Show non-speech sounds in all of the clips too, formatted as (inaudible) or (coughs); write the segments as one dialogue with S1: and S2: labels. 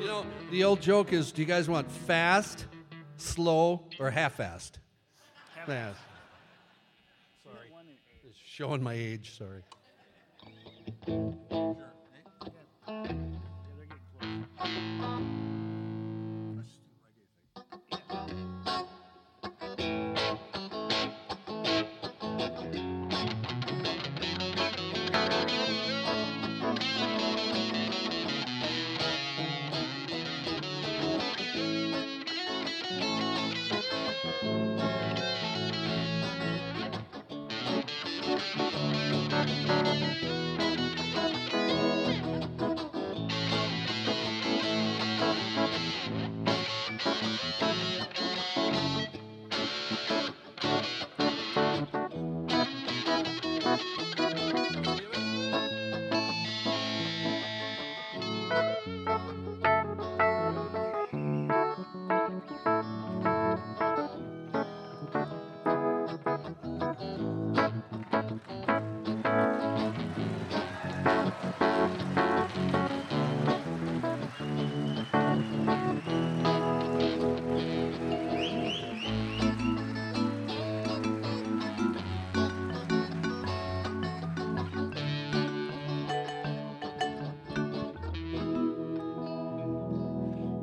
S1: You know, the old joke is do you guys want fast, slow, or half fast? Fast. Sorry. It's showing my age, sorry.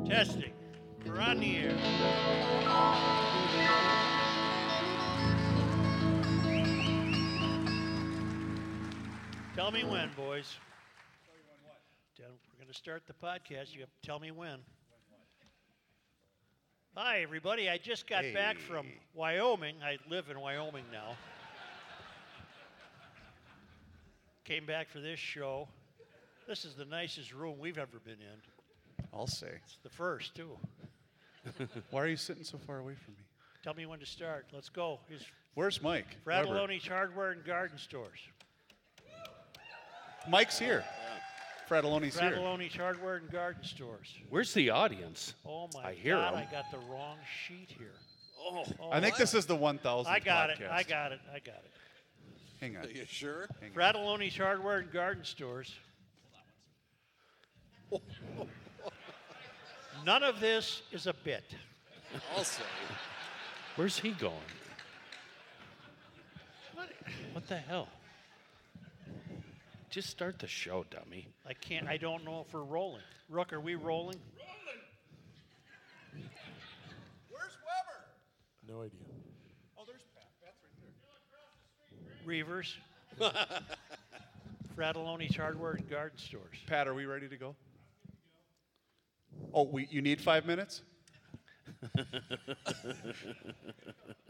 S2: Testing. We're on the air. Tell me when, boys. Tell- We're going to start the podcast. You have to tell me when. Hi, everybody. I just got back from Wyoming. I live in Wyoming now. Came back for this show. This is the nicest room we've ever been in.
S3: I'll say.
S2: It's the first, too.
S3: Why are you sitting so far away from me?
S2: Tell me when to start. Let's go. It's
S3: Where's Mike? Weber.
S2: Fratelloni's Hardware and Garden Stores.
S3: Mike's here. Fratelloni's here.
S2: Fratelloni's Hardware and Garden Stores.
S4: Where's the audience?
S2: Oh my
S4: I hear
S2: God!
S4: 'em.
S2: I got the wrong sheet here.
S4: Oh,
S3: I think this is the 1000.
S2: I got
S3: podcast.
S2: it. I got it. I got it.
S3: Hang on.
S1: Are you sure?
S3: Hang on.
S2: Fratelloni's Hardware and
S3: (laughs)
S2: Garden Stores. None of this is a bit.
S1: I'll
S2: (laughs)
S1: say.
S4: where's he going? What the hell? Just start the show, dummy.
S2: I can't. I don't know if we're rolling. Rook, are we rolling?
S5: No idea.
S2: Reavers. Fratelloni's Hardware and Garden Stores.
S3: Pat, are we ready to go? Oh, we, you need five
S2: (laughs)
S3: minutes?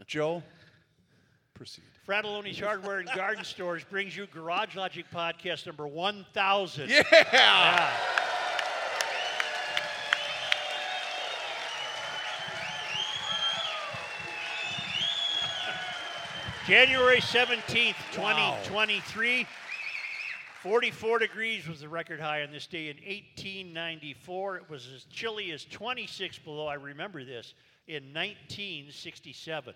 S3: Joe, proceed.
S2: Fratelloni's Hardware and Garden Stores brings you Garage Logic Podcast number 1000.
S3: Yeah!
S2: Yeah. January 17th, 2023. 44 degrees was the record high on this day in 1894. It was as chilly as 26 below, I remember this, in 1967.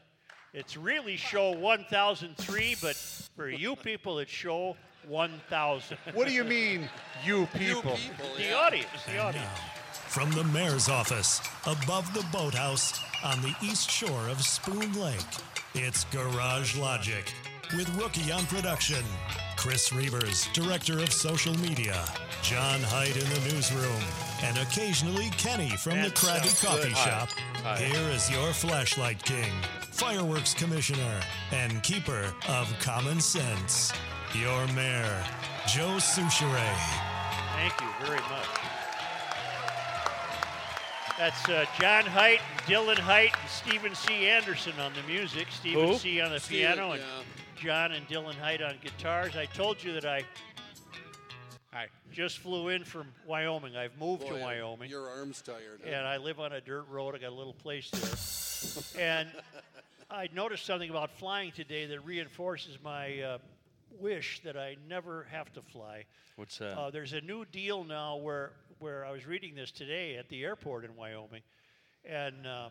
S2: It's really show 1003, but for you people, it's show 1000.
S3: What do you mean, you people?
S2: The audience, the audience.
S5: From the mayor's office, above the boathouse, on the east shore of Spoon Lake, it's Garage Logic with Rookie on production. Chris Reavers, director of social media, John Hyde in the newsroom, and occasionally Kenny from
S2: That
S5: the Crabby
S2: sounds
S5: Coffee
S3: good.
S5: Shop.
S3: Hyde. Hyde.
S5: Here is your flashlight king, fireworks commissioner, and keeper of common sense, your mayor, Joe Souchere.
S2: Thank you very much. That's uh, John Height, Dylan Height, and Stephen C. Anderson on the music. Stephen
S4: Who?
S2: C. on the piano, and John and Dylan Height on guitars. I told you that I
S3: Hi.
S2: just flew in from Wyoming. I've moved to Wyoming.
S1: Your arm's tired.
S2: and I live on a dirt road. I got a little place there,
S4: (laughs)
S2: and I noticed something about flying today that reinforces my uh, wish that I never have to fly.
S4: What's that?
S2: Uh, there's a new deal now where where I was reading this today at the airport in Wyoming, and uh,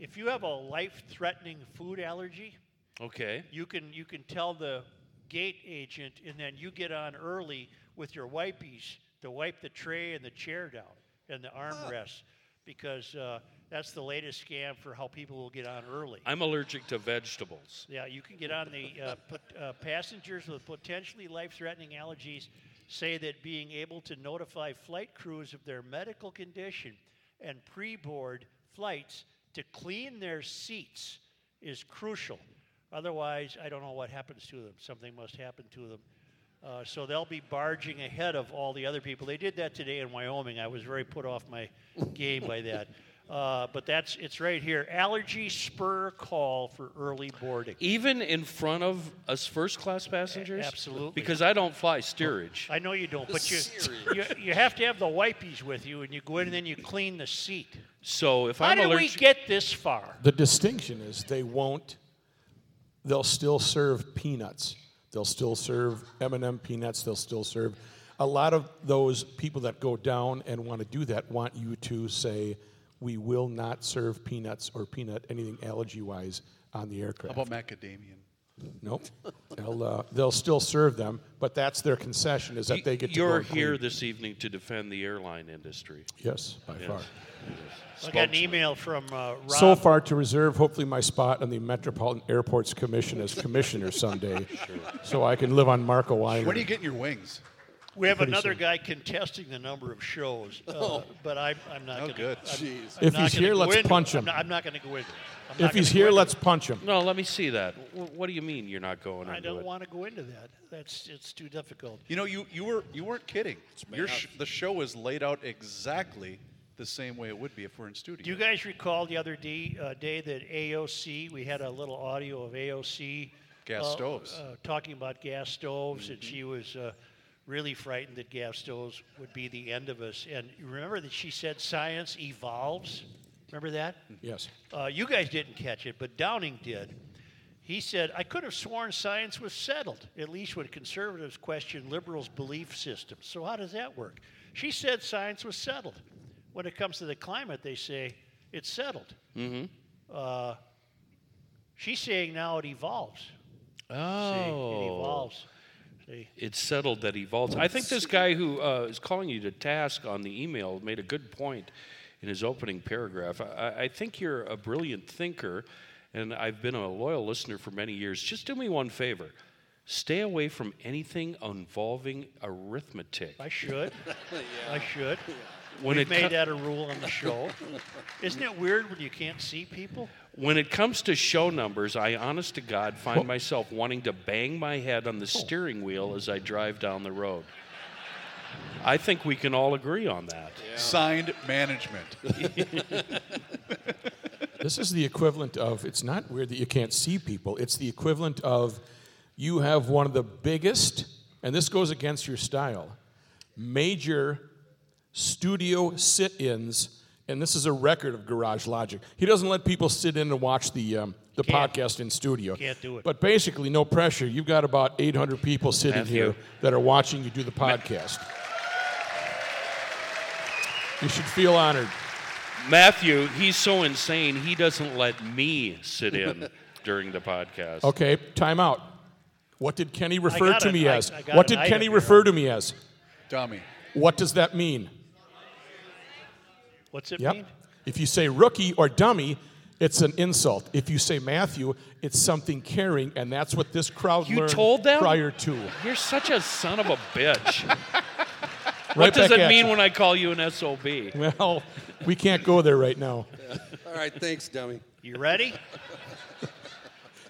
S2: if you have a life-threatening food allergy,
S4: okay.
S2: you can you can tell the gate agent, and then you get on early with your wipies to wipe the tray and the chair down. and the armrests because uh, that's the latest scam for how people will get on early.
S4: I'm allergic to vegetables.
S2: Yeah, you can get on the uh, put, uh, passengers with potentially life-threatening allergies. Say that being able to notify flight crews of their medical condition and pre-board flights to clean their seats is crucial. Otherwise, I don't know what happens to them. Something must happen to them. Uh, so they'll be barging ahead of all the other people. They did that today in Wyoming. I was very put off my game by that. Uh, but that's it's right here. Allergy spur call for early boarding.
S4: Even in front of us first class passengers?
S2: absolutely.
S4: Because I don't fly steerage.
S2: I know you don't, but you, you you have to have the wipies with you, and you go in and then you clean the seat.
S4: So if
S2: How
S4: I'm
S2: did we
S4: allergic.
S2: get this far?
S6: The distinction is they won't. They'll still serve peanuts. They'll still serve M&M peanuts. They'll still serve. A lot of those people that go down and want to do that want you to say, "We will not serve peanuts or peanut anything allergy-wise on the aircraft."
S3: How about macadamian?
S6: Nope. they'll uh, they'll still serve them, but that's their concession is that they get.
S4: You're
S6: to go
S4: here
S6: clean.
S4: this evening to defend the airline industry.
S6: Yes, by far.
S2: I got an email from uh, Rob.
S6: So far to reserve, hopefully, my spot on the Metropolitan Airports Commission as commissioner
S3: (laughs)
S6: someday, so I can live on Marco Island.
S3: When are you getting your wings?
S2: we have
S6: pretty
S2: another
S6: soon.
S2: guy contesting the number of shows, uh, but I, I'm not.
S3: Oh,
S2: gonna,
S3: good.
S2: I'm-
S3: Jeez.
S2: I'm
S6: If
S2: not
S6: he's
S2: gonna
S6: here,
S2: go
S6: let's
S2: into it.
S6: punch him.
S2: I'm not, I'm not going to go into it. I'm not
S6: if he's
S2: gonna go
S6: here,
S2: into
S6: let's
S2: it.
S6: punch him.
S4: No, let me see that. Wh- What do you mean you're not going
S2: I
S4: into
S2: don't
S4: it?
S2: want to go into that. That's it's too difficult.
S3: You know, you, you were you weren't kidding. Your sh- the show is laid out exactly the same way it would be if we're in studio.
S2: Do you guys recall the other day, uh, day that AOC, we had a little audio of AOC
S3: Gas
S2: uh,
S3: stoves. Mm-hmm.
S2: uh, talking about gas stoves, and she was uh, really frightened that gas stoves would be the end of us. And you remember that she said science evolves? Remember that?
S6: Yes.
S2: Uh, you guys didn't catch it, but Downing did. He said, I could have sworn science was settled, at least when conservatives question liberals' belief systems. So, how does that work? She said science was settled. When it comes to the climate, they say it's settled. Mm-hmm. Uh, she's saying now it evolves. See, it
S4: Oh.
S2: evolves. See?
S4: It's settled that evolves. I think this guy who uh, is calling you to task on the email made a good point in his opening paragraph. I- I, I think you're a brilliant thinker, and I've been a loyal listener for many years. Just do me one favor stay away from anything involving arithmetic.
S2: I should. I should.
S4: When
S2: We've
S4: it,
S2: made
S4: co-
S2: that a rule on the show. Isn't it weird when you can't see people?
S4: when it comes to show numbers, I honest to God find
S2: Oh.
S4: myself wanting to bang my head on the steering wheel as I drive down the road. I think we can all agree on that.
S3: Signed management.
S6: This is the equivalent of it's not weird that you can't see people. It's the equivalent of you have one of the biggest, and this goes against your style, major studio sit ins. And this is a record of Garage Logic. He doesn't let people sit in and watch the, um, the
S2: Can't.
S6: podcast in studio.
S2: Can't do it.
S6: But basically, no pressure. You've got about 800 people sitting
S4: Matthew.
S6: here that are watching you do the podcast. you should feel honored.
S4: Matthew, he's so insane, he doesn't let me sit in during the podcast.
S6: Okay, time out. What did Kenny refer
S2: got
S6: to
S2: an
S6: me
S2: i-
S6: as?
S2: I got
S6: What
S2: an
S6: did Kenny
S2: item here.
S6: refer to me as?
S3: Dummy.
S6: What does that mean?
S2: What's it mean?
S6: Yep. If you say rookie or dummy, it's an insult. If you say Matthew, it's something caring, and that's what this crowd
S4: You
S6: learned
S4: told them?
S6: prior
S2: (laughs)
S6: to.
S4: You're such a son of a bitch.
S6: Right
S4: what does
S6: back
S4: it
S6: at
S4: mean
S6: you.
S4: when I call you an SOB?
S6: (laughs) Well, we can't go there right now.
S1: All right, thanks,
S2: (laughs)
S1: dummy.
S2: You ready?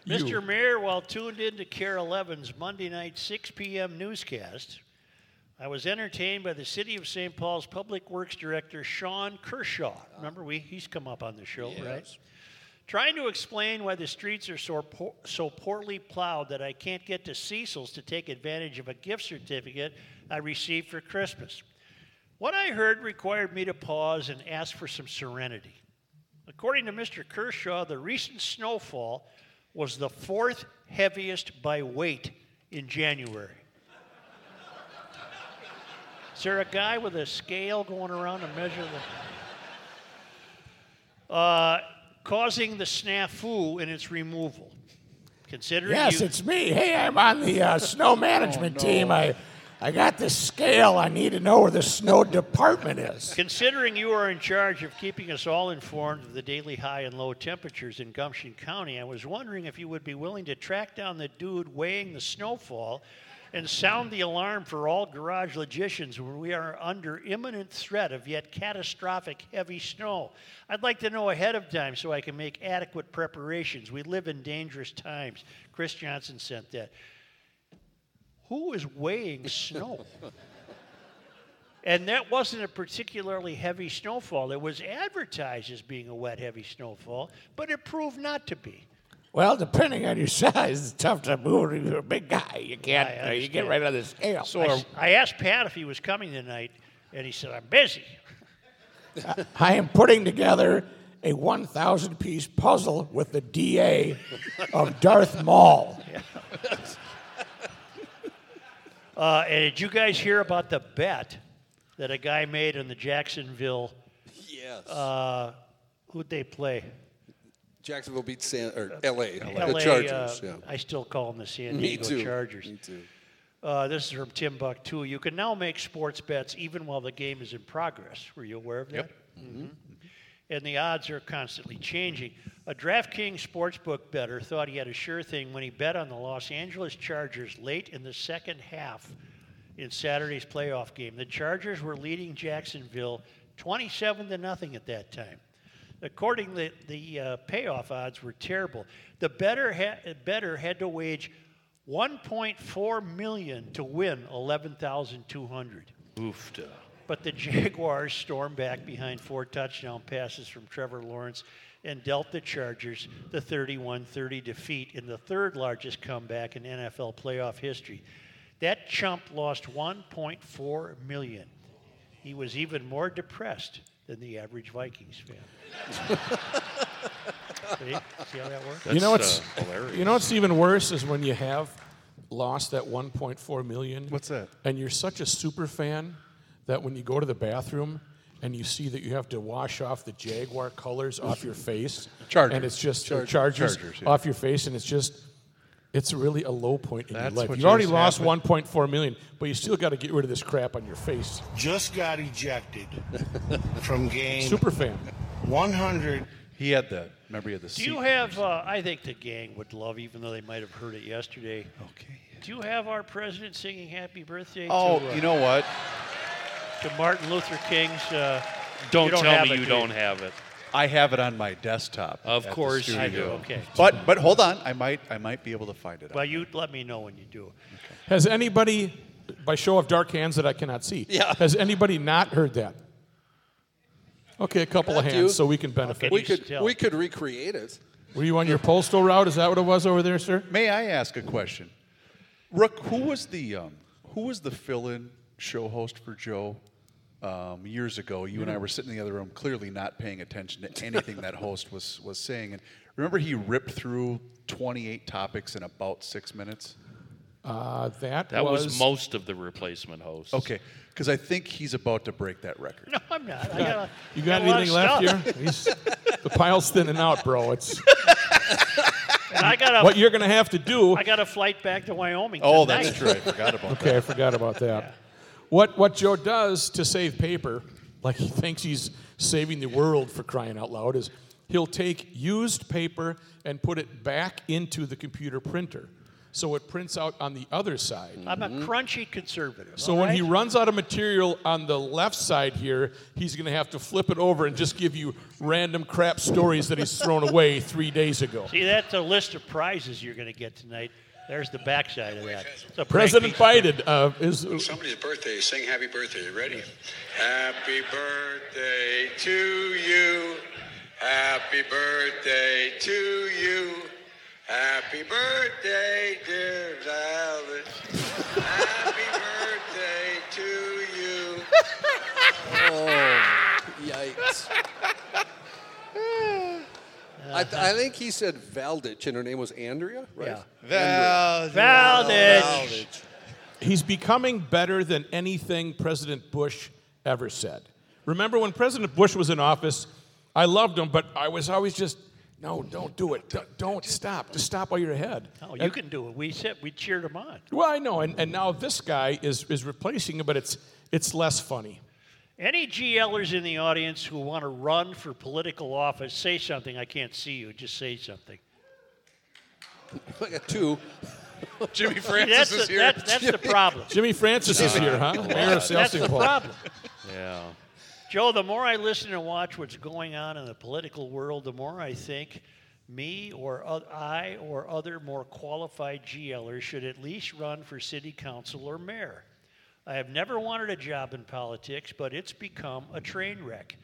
S6: You.
S2: Mr. Mayor, while tuned in to Care 11's Monday night 6 p.m. newscast, I was entertained by the City of St. Paul's Public Works Director Sean Kershaw. Remember, we he's come up on the show, right? Trying to explain why the streets are so, po- so poorly plowed that I can't get to Cecil's to take advantage of a gift certificate I received for Christmas. What I heard required me to pause and ask for some serenity. According to Mr. Kershaw, the recent snowfall was the fourth heaviest by weight in January. Is there a guy with a scale going around to measure the. Uh, causing the snafu in its removal. Considering you, Oh,
S6: me. Hey, I'm on the uh, snow management team. I, I got this scale. I need to know where the snow department is.
S2: Considering you are in charge of keeping us all informed of the daily high and low temperatures in Gumption County, I was wondering if you would be willing to track down the dude weighing the snowfall and sound the alarm for all garage logicians when we are under imminent threat of yet catastrophic heavy snow. I'd like to know ahead of time so I can make adequate preparations. We live in dangerous times. Chris Johnson sent that. Who is weighing snow? And that wasn't a particularly heavy snowfall. It was advertised as being a wet, heavy snowfall, but it proved not to be.
S7: Well, depending on your (laughs) size, it's tough to move. You're a big guy. You can't.
S2: I
S7: uh, you get
S2: understand.
S7: right on the scale.
S2: I, s- I asked Pat if he was coming tonight, and he said, I'm busy.
S7: I am putting together a 1,000 piece puzzle with the DA of Darth Maul.
S2: Uh, and did you guys hear about the bet that a guy made on the Jacksonville?
S8: Yes.
S2: Uh, who'd they play?
S8: Jacksonville beats San, or LA,
S2: LA,
S8: the Chargers.
S2: uh,
S8: yeah.
S2: I still call them the San
S8: Me
S2: Diego
S8: too.
S2: Chargers.
S8: Me too.
S2: Uh, this is from Timbuktu. You can now make sports bets even while the game is in progress. Were you aware of that? Mhm. And the odds are constantly changing. A DraftKings sportsbook better thought he had a sure thing when he bet on the Los Angeles Chargers late in the second half in Saturday's playoff game. The Chargers were leading Jacksonville 27 to nothing at that time. According the the uh, payoff odds were terrible. The better ha- better had to wage 1.4 million to win 11,200.
S4: Oofta.
S2: But the (laughs) Jaguars stormed back behind four touchdown passes from Trevor Lawrence and dealt the Chargers the 31 30 defeat in the third largest comeback in NFL playoff history. That chump lost 1.4 million. He was even more depressed than the average Vikings fan. (laughs) see, see how that works?
S6: you know
S4: That's,
S6: what's
S4: uh, hilarious.
S6: you know what's even worse is when you have lost that 1.4 million.
S3: What's that?
S6: And you're such a super fan that when you go to the bathroom and you see that you have to wash off the Jaguar colors off your face,
S3: Chargers.
S6: and it's just or Chargers,
S3: Chargers. Chargers, yeah.
S6: off your face, and it's just. It's really a low point in
S3: That's
S6: your life.
S3: what
S6: You already
S3: just
S6: lost
S3: happened.
S6: 1.4 million, but you still got to get rid of this crap on your face.
S9: Just got
S10: (laughs)
S9: ejected from game
S6: Super fan.
S9: 100.
S3: He had that. Remember, he had the
S2: Do you
S3: seat.
S2: have, uh, I think the gang would love, even though they might have heard it yesterday.
S3: Okay.
S2: Do you have our president singing happy birthday
S3: Oh,
S2: to, uh,
S3: you know what?
S2: to Martin Luther King's? Uh,
S4: Don't,
S2: you don't
S4: tell
S2: have
S4: me
S2: it,
S4: you
S2: do
S4: don't have it.
S3: I have it on my desktop.
S4: Of
S3: at the
S4: course you
S2: I
S3: studio.
S2: do. Okay.
S3: But but hold on, I might I might be able to find it.
S2: Well, you let me know when you do. (laughs)
S6: Has anybody, by show of dark hands that I cannot see, has anybody not heard that? Okay, a couple of
S8: Not
S6: hands
S8: you.
S6: so we can benefit.
S8: We
S2: you
S8: could
S2: still-
S8: we could recreate it.
S6: Were you on your postal route? Is that what it was over there, sir?
S3: May I ask a question? Rook, who was the um, who was the fill-in show host for Joe um, years ago? You and I were sitting in the other room, clearly not paying attention to anything that host was was saying. And remember, he ripped through 28 topics in about six minutes.
S6: Uh, that,
S4: That was, most of the replacement hosts.
S3: Okay, because I think he's about to break that record.
S2: No, I'm not. I got a,
S6: You got
S2: got a lot
S6: anything
S2: of
S6: left
S2: stuff.
S6: here? He's, the pile's thinning out, bro. It's
S2: And I got a,
S6: what you're going to have to do.
S2: I got a flight back to Wyoming.
S3: Oh,
S2: tonight.
S3: that's true. I forgot (laughs) about
S6: Okay, I forgot about that. What what Joe does to save paper, like he thinks he's saving the world for crying out loud, is he'll take used paper and put it back into the computer printer, so it prints out on the other side.
S2: I'm a
S4: Mm-hmm.
S2: crunchy conservative.
S6: So
S2: all
S6: when he
S2: right?
S6: runs out of material on the left side here, he's going to have to flip it over and just give you random crap stories that he's thrown away three days ago.
S2: See, that's a list of prizes you're going to get tonight. There's the backside of that. It's a blank
S6: President
S2: piece of paper.
S6: Biden uh, is
S11: Somebody's birthday. Sing happy birthday. You ready? Happy birthday to you. Happy birthday to you. Happy birthday, dear Alice. Happy birthday to you.
S8: Oh, Yikes. I, th- I think he said Valdich, and her name was Andrea, right?
S2: Yeah.
S3: that.
S2: Valdez.
S8: Valdich.
S6: He's becoming better than anything President Bush ever said. Remember when President Bush was in office, I loved him, but I was always just No, don't do it. Don't, don't stop. Just stop while you're ahead.
S2: No, you
S6: And-
S2: can do it. We said we cheered him on.
S6: Well, I know, and, and now this guy is, is replacing him, but it's it's less funny.
S2: Any GLers in the audience who want to run for political office, say something. I can't see you. Just say something.
S8: I got (laughs) two.
S3: Jimmy
S2: that's the, that- that's the problem.
S6: Jimmy Francis is here,
S2: (laughs)
S6: huh? Mayor of
S2: That's the
S6: Salsipol.
S2: problem.
S4: Yeah.
S2: Joe, the more I listen and watch what's going on in the political world, the more I think me or oth- I or other more qualified GLers should at least run for city council or mayor. I have never wanted a job in politics, but it's become a train wreck.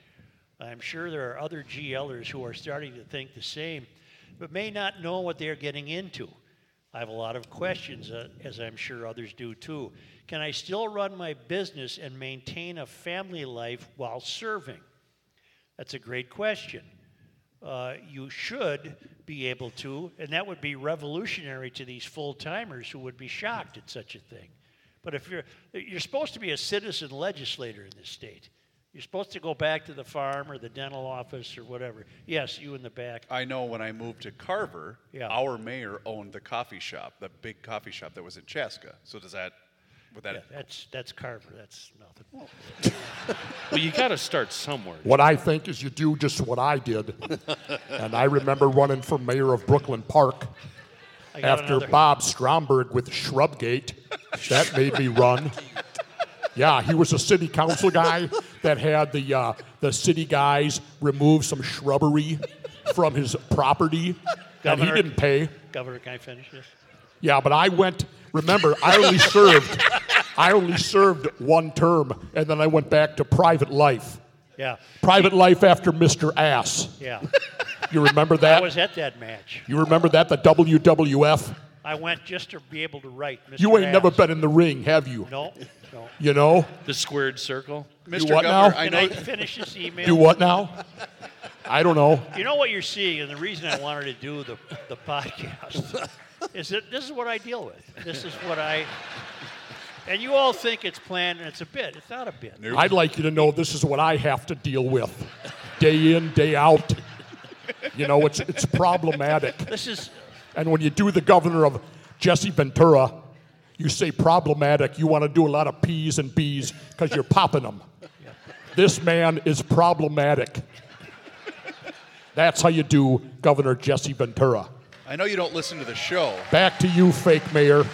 S2: I'm sure there are other GLers who are starting to think the same, but may not know what they are getting into. I have a lot of questions, uh, as I'm sure others do too. Can I still run my business and maintain a family life while serving? That's a great question. Uh, you should be able to, and that would be revolutionary to these full timers who would be shocked at such a thing. But if you're you're supposed to be a citizen legislator in this state, you're supposed to go back to the farm or the dental office or whatever. Yes, you in the back.
S3: I know when I moved to Carver,
S2: Yeah.
S3: our mayor owned the coffee shop, the big coffee shop that was in Chaska. So does that, would that,
S2: Yeah, that's that's Carver. That's nothing.
S4: Well, you got to start somewhere.
S12: What I think is you do just what I
S2: (laughs)
S12: did. and I remember running for mayor of Brooklyn Park
S2: I got
S12: after
S2: another-
S12: Bob Stromberg with Shrubgate. That made me run. Yeah, he was a city council guy that had the uh, the city guys remove some shrubbery from his property,
S2: Governor-
S12: and he didn't pay.
S2: Governor, can I finish this?
S12: Yeah, but I went. Remember, I only served. I only served one term, and then I went back to private life.
S2: Yeah,
S12: Private life after Mr. Ass.
S2: yeah.
S12: You remember
S2: I
S12: that?
S2: was at (laughs) that match.
S12: you remember that? The WWF.
S2: I went just to be able to write. Mr.
S12: You ain't never
S2: Ass.
S12: been in the ring, have you?
S2: No, no.
S12: You know.
S4: The squared circle.
S3: Mr.
S12: what
S3: Governor,
S12: now?
S3: I
S2: Can
S3: know.
S2: I finish this email?
S12: Do what now? I don't know.
S2: You know what you're seeing, and the reason I wanted to do the, the podcast is that this is what I deal with. This is what I. And you all think it's planned, and it's a bit. It's not a bit.
S12: I'd like you to know this is what I have to deal with, day in, day out. You know, it's it's problematic.
S2: This is
S12: And when you do the governor of Jesse Ventura, you say problematic. You want to do a lot of P's and B's because you're popping them. This man is problematic. That's how you do Governor Jesse Ventura.
S3: I know you don't listen to the show.
S12: Back to you, fake mayor.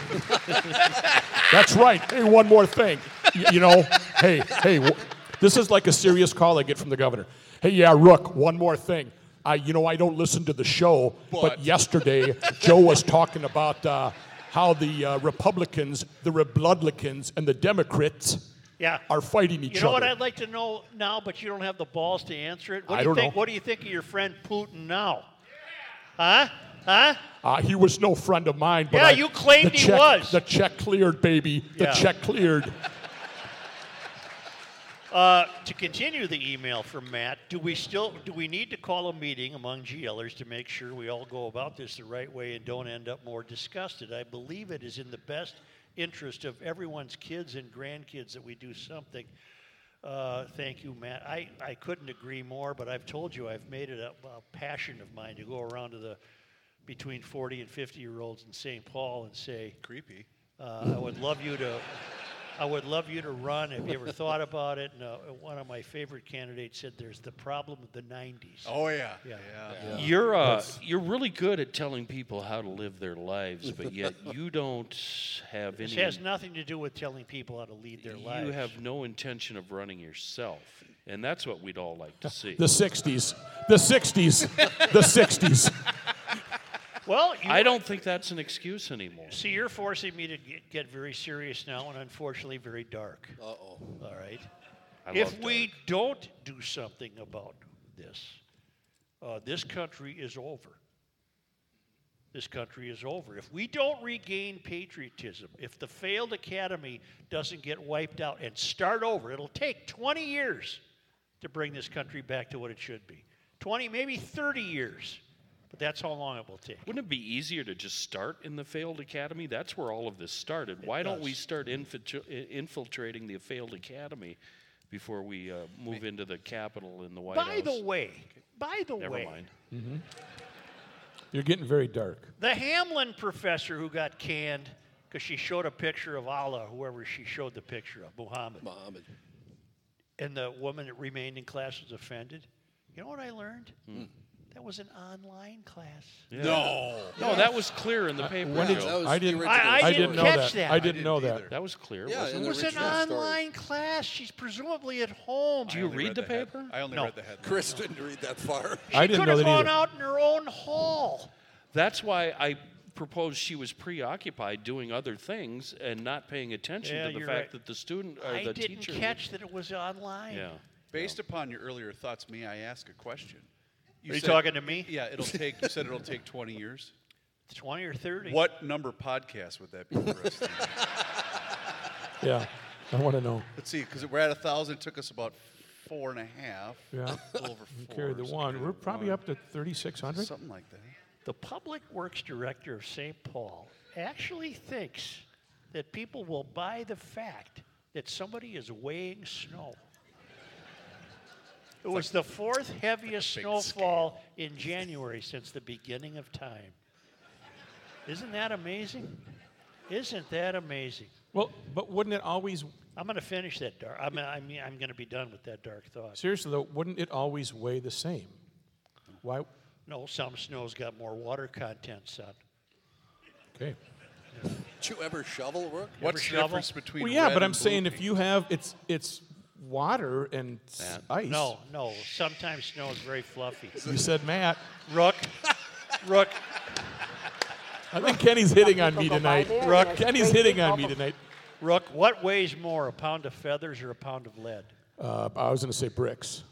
S12: That's right. Hey, one more thing. Y- you know, hey, hey, w-
S6: This is like a serious call I get from the governor.
S12: hey, yeah, Rook, one more thing. I, you know, I don't listen to the show, but,
S3: But-
S12: yesterday Joe was talking about uh, how the uh, Republicans, the Rebloodlicans, and the Democrats
S2: yeah.
S12: are fighting each
S2: you know
S12: other.
S2: what I'd like to know now, but you don't have the balls to answer it. What
S12: I
S2: do you
S12: don't
S2: think?
S12: know.
S2: What do you think of your friend Putin now? Huh? Huh?
S12: Uh, he was no friend of mine. But
S2: Yeah,
S12: I-
S2: you claimed
S12: the
S2: he
S12: check-
S2: was.
S12: The check cleared, baby. The
S2: Yeah.
S12: check cleared.
S2: Uh, to continue the email from Matt, do we still do we need to call a meeting among GLers to make sure we all go about this the right way and don't end up more disgusted? I believe it is in the best interest of everyone's kids and grandkids that we do something. Uh, thank you, Matt. I, I couldn't agree more, but I've told you I've made it a, a passion of mine to go around to the between 40 and 50 year olds in St. Paul and say,
S3: Creepy.
S2: uh, I would love you to. I would love you to run. Have you ever thought about it? And uh, one of my favorite candidates said, "There's the problem of the '90s."
S3: Oh, yeah.
S2: Yeah.
S4: You're uh, you're really good at telling people how to live their lives, but yet you don't have
S2: This
S4: any.
S2: has nothing to do with telling people how to lead their lives.
S4: you have no intention of running yourself, and that's what we'd all like to see.
S6: The 60s. The 60s. The 60s.
S2: well, you
S4: I don't think that's an excuse anymore.
S2: see. You're forcing me to get, get very serious now, and unfortunately, very dark. Uh oh. All right.
S4: I
S2: if
S4: love
S2: we
S4: dark.
S2: don't do something about this, uh, this country is over. This country is over. If we don't regain patriotism, if the failed academy doesn't get wiped out and start over, it'll take 20 years to bring this country back to what it should be 20, maybe 30 years. But that's how long it will take.
S4: Wouldn't it be easier to just start in the failed academy? That's where all of this started. Why don't we
S2: does.
S4: start infiltra- i- infiltrating the failed academy before we uh, move into the Capitol and the White
S2: By
S4: House?
S2: the way, by the
S4: Never
S2: way,
S4: mind.
S6: (laughs) You're getting very dark.
S2: The Hamlin professor who got canned because she showed a picture of Allah, whoever she showed the picture of, Muhammad.
S8: Muhammad.
S2: And the woman that remained in class was offended. You know what I learned?
S4: Hmm.
S2: That was an online class.
S4: Yeah. No. No, that was clear in the
S6: I-
S4: paper.
S6: when did-
S4: Joe.
S6: I didn't, I, I didn't know that. I didn't know that.
S4: That was clear.
S6: Yeah,
S4: wasn't
S2: it
S4: it?
S2: was an online class. She's presumably at home.
S4: Do you read the paper?
S2: No.
S8: Chris didn't read that far. (laughs)
S2: She could have gone out in her own hall.
S4: That's why I proposed she was preoccupied doing other things and not paying attention
S2: Yeah,
S4: to the
S2: you're
S4: fact
S2: right.
S4: that the student or
S2: I
S4: Uh, the
S2: didn't
S4: teacher.
S2: catch that it was online.
S4: Yeah.
S3: Based upon your earlier thoughts, may I ask a question?
S2: Are you talking to me?
S3: Yeah,
S2: (laughs)
S3: it'll take. You said it'll take 20 years.
S2: 20 or 30.
S3: What number podcast would that be for us?
S6: Yeah, I want to (laughs) know.
S3: (laughs) Let's see, because we're at a thousand. It took us about four and a half.
S6: Yeah,
S3: a little over
S6: You
S3: four.
S6: carry the
S3: so
S6: one.
S3: carry
S6: We're
S3: the
S6: probably
S3: one.
S6: up to 3,600.
S3: Something like that.
S2: The public works director of St. Paul actually thinks that people will buy the fact that somebody is weighing snow. It was the fourth heaviest snowfall in January since the beginning of time. Isn't that amazing? Isn't that amazing?
S6: Well, but wouldn't it always,
S2: I'm going to finish that dark. I mean, I mean I'm going to be done with that dark thought.
S6: seriously though, wouldn't it always weigh the same? Why?
S2: No, some snow's got more water content, son.
S6: Okay.
S8: Did you ever shovel work?
S2: You What's ever the shovel? difference
S3: between
S6: Well, yeah, but I'm saying if you have it's it's water and s- ice.
S2: No, no. Sometimes snow is very fluffy.
S6: You said Matt.
S2: Rook. Rook.
S6: I think Kenny's hitting on (laughs) me tonight. Rook. Kenny's hitting on me tonight.
S2: Rook, what weighs more, a pound of feathers or a pound of lead?
S6: Uh, I was going to say bricks.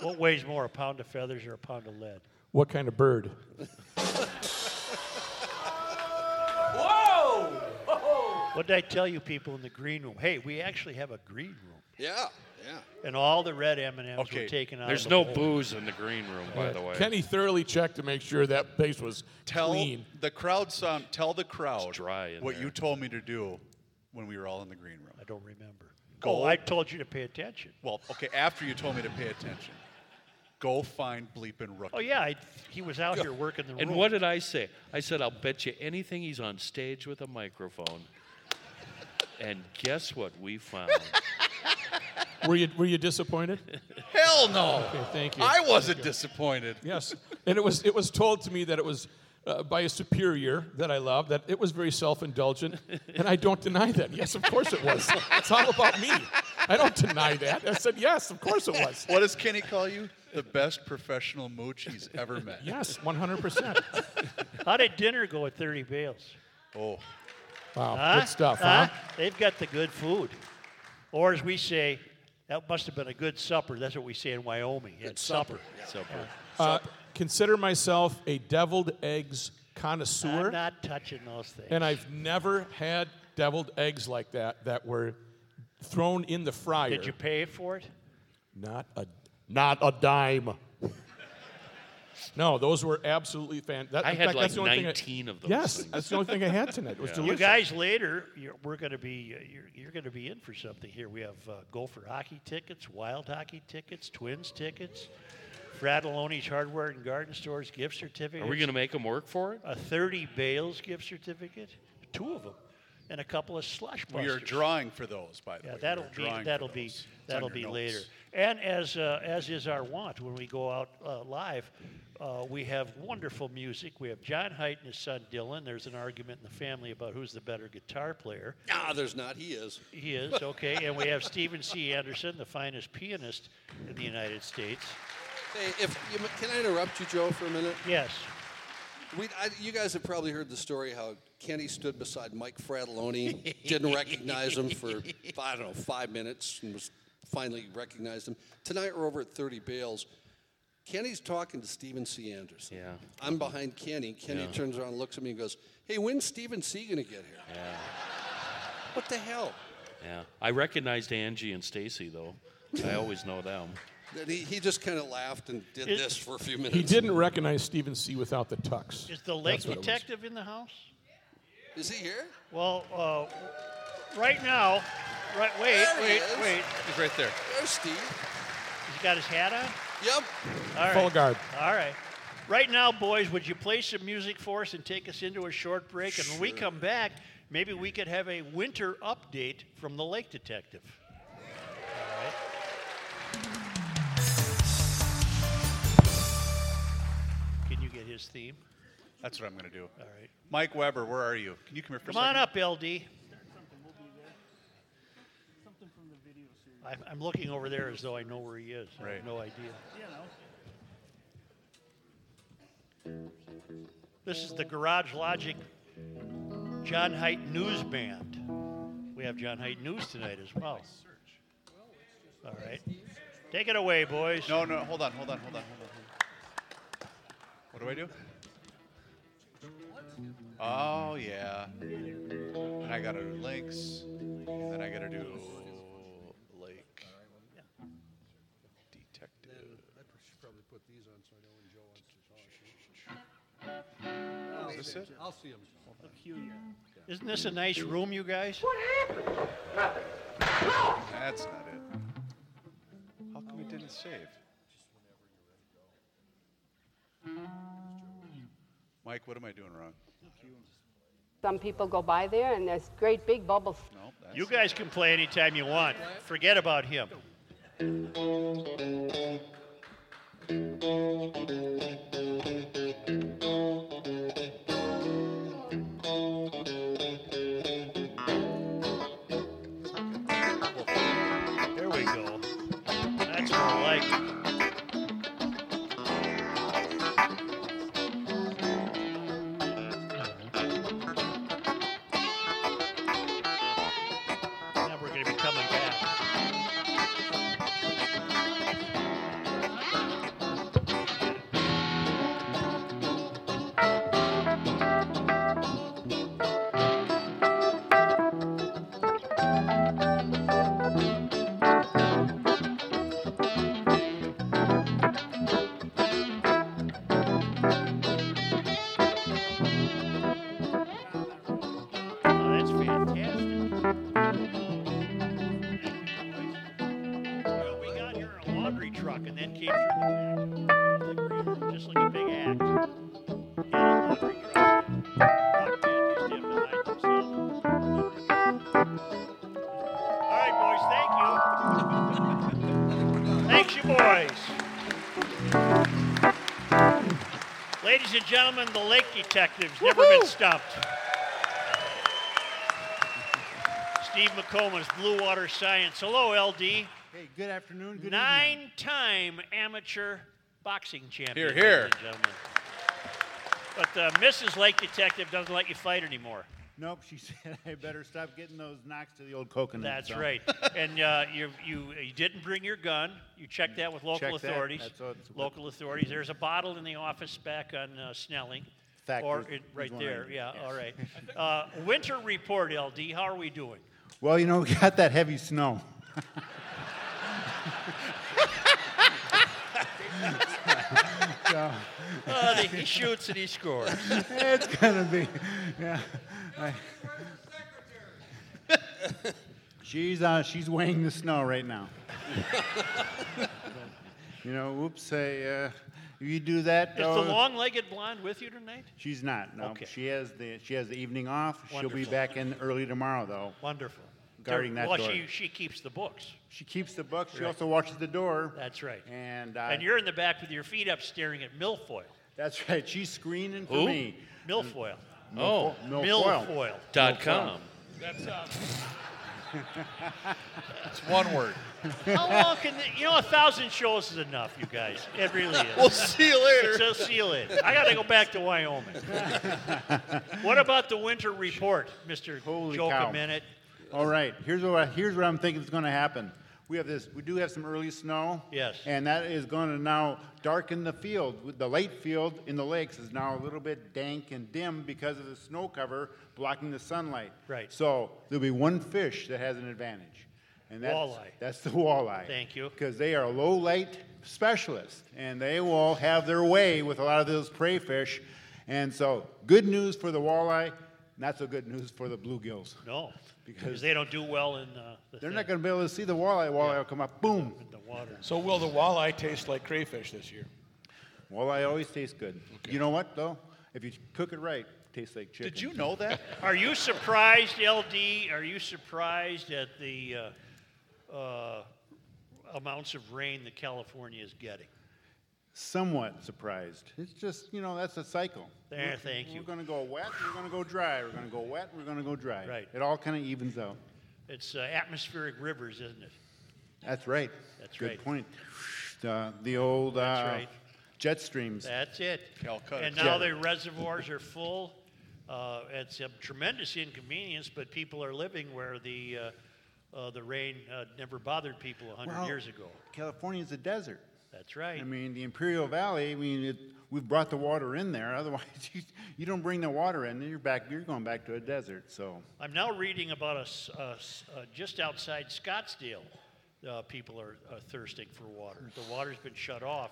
S2: What weighs more, a pound of feathers or a pound of lead?
S6: What kind of bird?
S2: Whoa! What did I tell you people in the green room? Hey, we actually have a green room.
S8: Yeah, yeah.
S2: And all the red M&Ms
S4: Okay,
S2: were taken out.
S4: There's
S2: of the
S4: no
S2: bowl.
S4: booze in the green room, by the way.
S6: Kenny thoroughly checked to make sure that place was
S3: Tell
S6: clean.
S3: the crowd some. Tell the crowd
S4: in
S3: what
S4: there.
S3: you told me to do when we were all in the green room.
S2: I don't remember.
S3: Go.
S2: Oh, I told you to pay attention.
S3: Well, okay. After you told me to pay attention, go find bleeping rookie.
S2: Oh yeah, I, he was out here working the room.
S4: And what did I say? I said, I'll bet you anything he's on stage with a microphone. And guess what we found?
S6: Were you were you disappointed?
S3: Hell no.
S6: Okay, thank you.
S3: I wasn't disappointed.
S6: Yes, and it was it was told to me that it was uh, by a superior that I love that it was very self-indulgent, and I don't deny that. Yes, of course it was. It's all about me. I don't deny that. I said yes, of course it was.
S3: What does Kenny call you? The best professional mooch he's
S2: (laughs)
S3: ever met.
S6: Yes, 100%.
S2: How did dinner go at 30 Bales?
S3: Oh,
S6: Wow,
S2: Huh?
S6: good stuff, huh?
S2: Huh? They've got the good food. Or as we say, that must have been a good supper. That's what we say in Wyoming. It's supper.
S4: Supper.
S6: Uh, consider myself a deviled eggs connoisseur,
S2: I'm not touching those things.
S6: and I've never had deviled eggs like that that were thrown in the fryer.
S2: Did you pay for it?
S6: Not a, not a dime. No, those were absolutely fantastic.
S4: I had
S6: fact,
S4: like
S6: that's the only thing I-
S4: 19 of those
S6: Yes,
S4: things.
S6: that's the only thing I had tonight. It
S4: (laughs)
S6: was
S4: Yeah.
S6: delicious.
S2: You guys later, you're, we're going to be uh, you're, you're going to be in for something here. We have uh, Gopher hockey tickets, Wild hockey tickets, Twins tickets, Fratelloni's Hardware and Garden Stores gift certificates.
S4: Are we going to make him work for it?
S2: a 30 Bales gift certificate, two of them, and a couple of slush
S3: we
S2: busters.
S3: are drawing for those, by the
S2: Yeah,
S3: way. We
S2: that'll
S3: are
S2: be
S3: drawing for
S2: that'll be
S3: those. It's on
S2: that'll
S3: your
S2: be
S3: notes.
S2: later. And as uh, as is our want when we go out uh, live, uh, we have wonderful music. We have John Haidt and his son Dylan. There's an argument in the family about who's the better guitar player.
S8: Ah, there's not. He is.
S2: He is okay, and we have Stephen C. Anderson, the finest pianist in the United States.
S8: Hey, if you, m- can I interrupt you, Joe, for a minute?
S2: Yes,
S8: We, I, you guys have probably heard the story how Kenny stood beside Mike Fratelloni, didn't recognize him for I don't know five minutes, and was finally recognized him. Tonight we're over at Thirty Bales. Kenny's talking to Stephen C. Anderson.
S4: Yeah.
S8: I'm behind Kenny. Kenny
S4: Yeah.
S8: turns around, looks at me, and goes, "Hey, when's Stephen C. gonna get here?
S4: Yeah.
S8: What the hell?"
S4: Yeah. I recognized Angie and Stacy, though. I always know them.
S8: And he, he just kind of laughed and did
S2: It-
S8: this for a few minutes.
S6: he didn't recognize Stephen C. without the tux.
S2: is the lake
S6: That's what it was.
S2: detective in the house?
S8: Is he here?
S2: Well, uh, right now, right. Wait,
S8: There he
S2: wait,
S8: is.
S2: wait.
S3: He's right there.
S8: There's Steve.
S2: He's got his hat on.
S8: Yep.
S2: All right.
S6: Full guard.
S2: All right. Right now, boys, would you play some music for us and take us into a short break? And when we come back, maybe we could have a winter update from the lake detective. Can you get his theme?
S3: That's what I'm going to do. All
S2: right.
S3: Mike Weber, where are you? Can you come here for
S2: Come
S3: a
S2: on
S3: second?
S2: up, LD. I'm, I'm looking over there as though I know where he is. I have no idea. This is the Garage Logic John Height News Band. We have John Height News tonight as well. All right. Take it away, boys.
S3: No, no, hold on, hold on, hold on, hold on. What do I do? Oh yeah. And I gotta do links. And then I gotta do lake detective.
S8: should probably put these on so I know when Joe wants to talk.
S3: Is this it?
S8: I'll see him.
S2: Isn't this a nice room, you guys? What happened?
S3: That's not it. How come it didn't save? Mike, what am I doing wrong?
S13: Some people go by there and there's great big bubbles.
S2: You guys can play anytime you want. Forget about him. There we go. That's more like it. Now we're going to be coming back. Oh, that's fantastic. Well, we got here in a laundry truck and then came through the back. Just like a big act. In a laundry truck. Walked in, just hypnotized himself. All right, boys, thank you. Thanks, you boys. Ladies and gentlemen, the lake detectives never been stopped. Steve McComas, Blue Water Science. Hello, LD. Hey,
S14: good afternoon. Good
S2: Nine time amateur boxing champion.
S3: Here, here.
S2: ladies and gentlemen. But uh, Mrs. Lake Detective doesn't let you fight anymore.
S14: Nope, she (laughs) said I better stop getting those knocks to the old coconut.
S2: That's
S14: so. (laughs)
S2: right. and uh, you, you, you didn't bring your gun. You checked that with local
S14: Checked that.
S2: authorities.
S14: That's what it's-
S2: local authorities. There's a bottle in the office back on uh, Snelling.
S14: Fact,
S2: or
S14: there's-
S2: it,
S14: there's
S2: right
S14: one
S2: there.
S14: right
S2: Yeah, all
S14: (laughs)
S2: right. Uh, winter report, LD. How are we doing?
S14: Well, you know, we got that heavy snow. so,
S2: Uh, he shoots and he scores.
S14: it's gonna be, yeah. I- she's uh, she's weighing the snow right now. you know, oops, I, uh, if you do that,
S2: Is the
S14: oh,
S2: long-legged blonde with you tonight?
S14: She's not. No,
S2: Okay.
S14: she has the she has the evening off. She'll
S2: Wonderful.
S14: be back in early tomorrow, though.
S2: Wonderful.
S14: Guarding that
S2: well,
S14: door.
S2: she she keeps the books.
S14: She keeps the book. She
S2: Right.
S14: also watches the door.
S2: That's right.
S14: And uh,
S2: and you're in the back with your feet up, staring at milfoil.
S14: That's (laughs) right. She's screening for
S2: Who?
S14: me.
S2: Milfoil.
S14: Milfo-
S2: Oh.
S3: Mm,
S14: milfoil.
S3: (laughs)
S2: Milfoil.
S4: Dot
S14: Milfoil.
S4: com.
S2: That's
S3: It's one word.
S2: How long can the, you know? A thousand shows is enough, you guys. It really
S3: (laughs)
S2: is.
S3: We'll see you later.
S2: So see you later. I got to go back
S3: (laughs)
S2: to Wyoming. what about the winter report, Mister Joke
S14: cow.
S2: a minute?
S14: All right. Here's what I, here's what I'm thinking is going to happen. We have this. We do have some early snow.
S2: Yes.
S14: And that is going to now darken the field. With The late field in the lakes is now a little bit dank and dim because of the snow cover blocking the sunlight.
S2: Right.
S14: So there'll be one fish that has an advantage, and that's
S2: Walleye.
S14: That's the walleye.
S2: Thank you.
S14: Because they are low light specialists, and they will have their way with a lot of those prey fish. And so, good news for the walleye, not so good news for the bluegills.
S2: No,
S14: Because-
S2: because they don't do well in uh, the
S14: They're
S2: thing,
S14: not going to be able to see the walleye. Walleye will come up, boom.
S2: in the water.
S6: So will the walleye taste like crayfish this year?
S14: Walleye always tastes good. You know what though? If you cook it right, it tastes like chicken.
S3: Did you know that?
S2: Are you surprised, LD? Are you surprised at the uh, uh, amounts of rain that California is getting?
S14: Somewhat surprised. It's just you know that's a cycle.
S2: There,
S14: We're-
S2: thank you.
S14: We're going to go wet. We're going to go dry. We're going to go wet. We're going to go dry.
S2: Right.
S14: It all kind of evens out.
S2: It's uh, atmospheric rivers, isn't it?
S14: That's right.
S2: That's
S14: Good
S2: right.
S14: point. Uh, the old uh,
S2: right.
S14: jet streams.
S2: That's it.
S3: Calcutta.
S2: And now
S14: Yeah.
S2: the reservoirs are full. Uh, it's a tremendous inconvenience, but people are living where the uh, uh, the rain uh, never bothered people 100
S14: Well,
S2: years ago.
S14: California's a desert.
S2: That's right.
S14: I mean, the Imperial Valley. I mean, it, we've brought the water in there. (laughs) Otherwise, you, you don't bring the water in, you're back. You're going back to a desert. So
S2: I'm now reading about us uh, just outside Scottsdale. Uh, people are, are thirsting for water. The water's been shut off,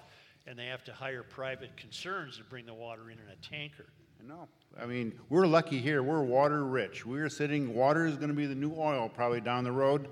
S2: and they have to hire private concerns to bring the water in in a tanker.
S14: I know. I mean, we're lucky here. We're water rich. We're sitting. Water is going to be the new oil probably down the road.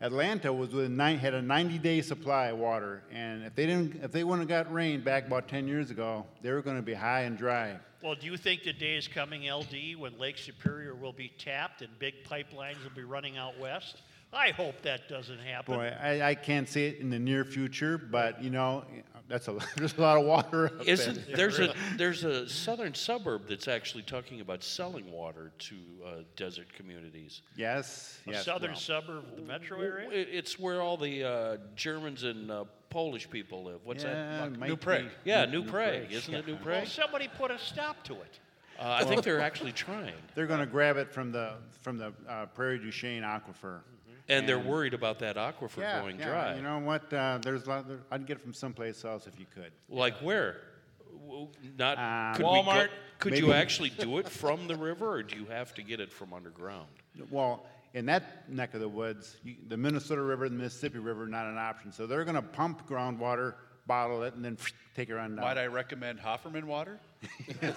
S14: Atlanta was within nine, had a 90-day supply of water, and if they didn't, if they wouldn't have got rain back about 10 years ago, they were going to be high and dry.
S2: Well, do you think the day is coming, LD, when Lake Superior will be tapped and big pipelines will be running out west? I hope that doesn't happen.
S14: Boy, I, I can't see it in the near future, but you know, that's a (laughs) there's a lot of water. Up
S4: Isn't
S14: there.
S4: (laughs) there's a there's a southern suburb that's actually talking about selling water to uh, desert communities.
S14: yes,
S2: A
S14: yes,
S2: southern
S14: well.
S2: suburb of the metro area?
S4: It- It's where all the uh, Germans and uh, Polish people live. What's
S14: Yeah,
S4: that?
S14: it
S4: Buck-
S14: might
S4: New Prague.
S14: be.
S4: Yeah,
S14: New-
S4: New,
S14: New
S4: Prague.
S14: Prague,
S4: Isn't it
S14: yeah.
S4: New
S2: Well,
S4: Prague?
S2: (laughs) somebody put a stop to it.
S4: Uh, I think
S14: Well-
S4: they're actually trying,
S14: They're going to grab it from the from the uh, Prairie du Chien aquifer.
S3: Mm-hmm.
S4: and they're worried about that aquifer
S14: yeah,
S4: going
S14: yeah,
S4: dry.
S14: You know what? Uh, there's a lot. There, I'd get it from someplace else if you could.
S4: Like where? W- Not
S14: Uh,
S4: could we go-
S14: Walmart?
S4: could you
S14: Maybe.
S4: actually do it from the river, or do you have to get it from underground?
S14: Well, in that neck of the woods, you, the Minnesota River and the Mississippi River are not an option. So they're going to pump groundwater, bottle it, and then (sniffs) take it on down.
S3: Might I recommend
S14: (laughs)
S3: Hofferman water? You can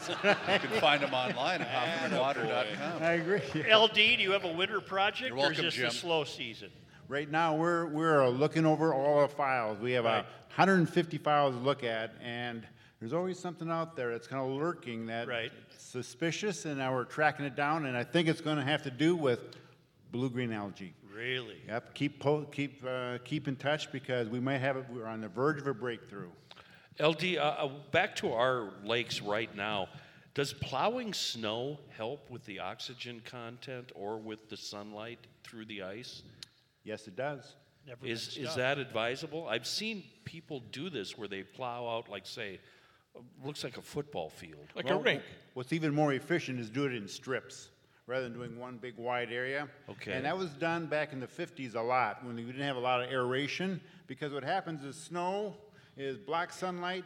S3: find them online
S14: Oh,
S3: at hoffermanwater.com.
S14: I agree.
S2: LD, do you have a winter project,
S3: You're
S2: or
S3: welcome,
S2: is this
S3: Jim.
S2: a slow season?
S14: Right now, we're we're looking over all our files. We have uh, 150 files to look at, and there's always something out there that's kind of lurking that
S2: Right.
S14: suspicious, and now we're tracking it down. And I think it's going to have to do with blue-green algae.
S2: Really?
S14: Yep. Keep po- keep uh, keep in touch because we might have it. We're on the verge of a breakthrough.
S4: LD, uh, uh, back to our lakes right now. Does plowing snow help with the oxygen content or with the sunlight through the ice?
S14: Yes, it does.
S2: Never been
S4: Is, is
S2: stuck.
S4: that advisable? I've seen people do this where they plow out, like, say, uh, looks like a football field.
S14: Well, What's even more efficient is do it in strips rather than doing one big wide area.
S4: Okay.
S14: And that was done back in the 50s a lot when we didn't have a lot of aeration because what happens is snow is black sunlight,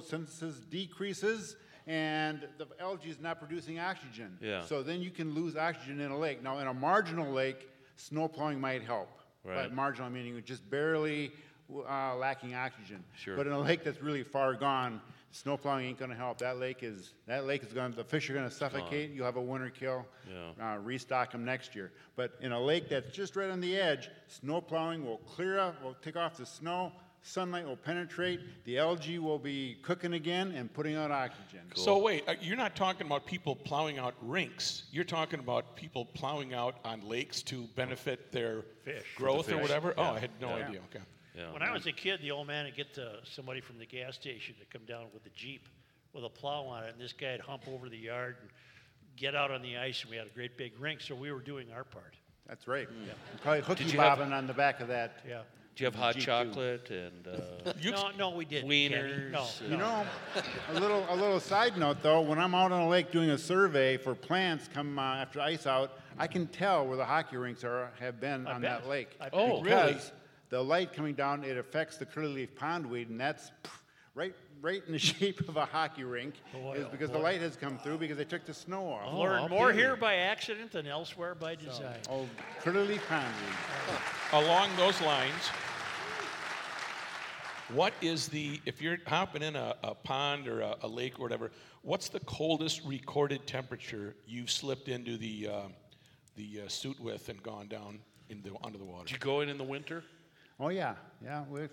S14: photosynthesis decreases, and the algae is not producing oxygen.
S4: Yeah.
S14: So then you can lose oxygen in a lake. Now, in a marginal lake, snow plowing might help.
S4: Right.
S14: But marginal meaning you're just barely uh, lacking oxygen.
S4: Sure.
S14: But in a lake that's really far gone, snow plowing ain't going to help. That lake is that lake is going. to The fish are going to suffocate. You'll have a winter kill.
S4: Yeah.
S14: Uh, restock them next year. But in a lake that's just right on the edge, snow plowing will clear up. Will take off the snow. Sunlight will penetrate. The algae will be cooking again and putting out oxygen.
S6: So wait, uh, you're not talking about people plowing out rinks. You're talking about people plowing out on lakes to benefit their
S2: Fish.
S6: growth
S4: For the
S6: or
S4: fish,
S6: whatever.
S4: yeah.
S6: Oh, I had no
S4: Yeah.
S6: idea. Okay.
S4: Yeah.
S2: When I was a kid, the old man would get uh somebody from the gas station to come down with a Jeep with a plow on it, and this guy would hump over the yard and get out on the ice, and we had a great big rink, so we were doing our part.
S14: That's right. Probably
S4: Hmm. Did
S14: hooky
S4: you have-
S14: bobbing on the back of that.
S2: Yeah.
S4: Do you have hot
S14: Jeep too.
S4: chocolate and uh,
S6: You-
S2: no, no, we didn't. Kenny.
S4: wieners? uh,
S2: No.
S4: and-
S14: You
S2: (laughs)
S14: know, a little a little side note though, when I'm out on a lake doing a survey for plants come uh, after ice out, I can tell where the hockey rinks are have been
S2: I
S14: on
S2: bet.
S14: that lake.
S2: I bet.
S4: Oh,
S14: because
S4: really?
S14: the light coming down it affects the curlyleaf pondweed, and that's pff, right right in the (laughs) shape of a hockey rink
S2: Boy,
S14: is
S2: oh
S14: because
S2: boy.
S14: the light has come through because they took the snow off.
S4: Oh,
S2: Learn
S4: I'll
S2: more
S4: be-
S2: here by accident than elsewhere by design.
S14: Oh, curlyleaf pondweed.
S6: Along those lines, what is the if you're hopping in a, a pond or a, a lake or whatever? What's the coldest recorded temperature you've slipped into the uh, the uh, suit with and gone down into under the
S4: Do
S6: water?
S4: you go in in the winter?
S14: Oh yeah, yeah. we- Yeah,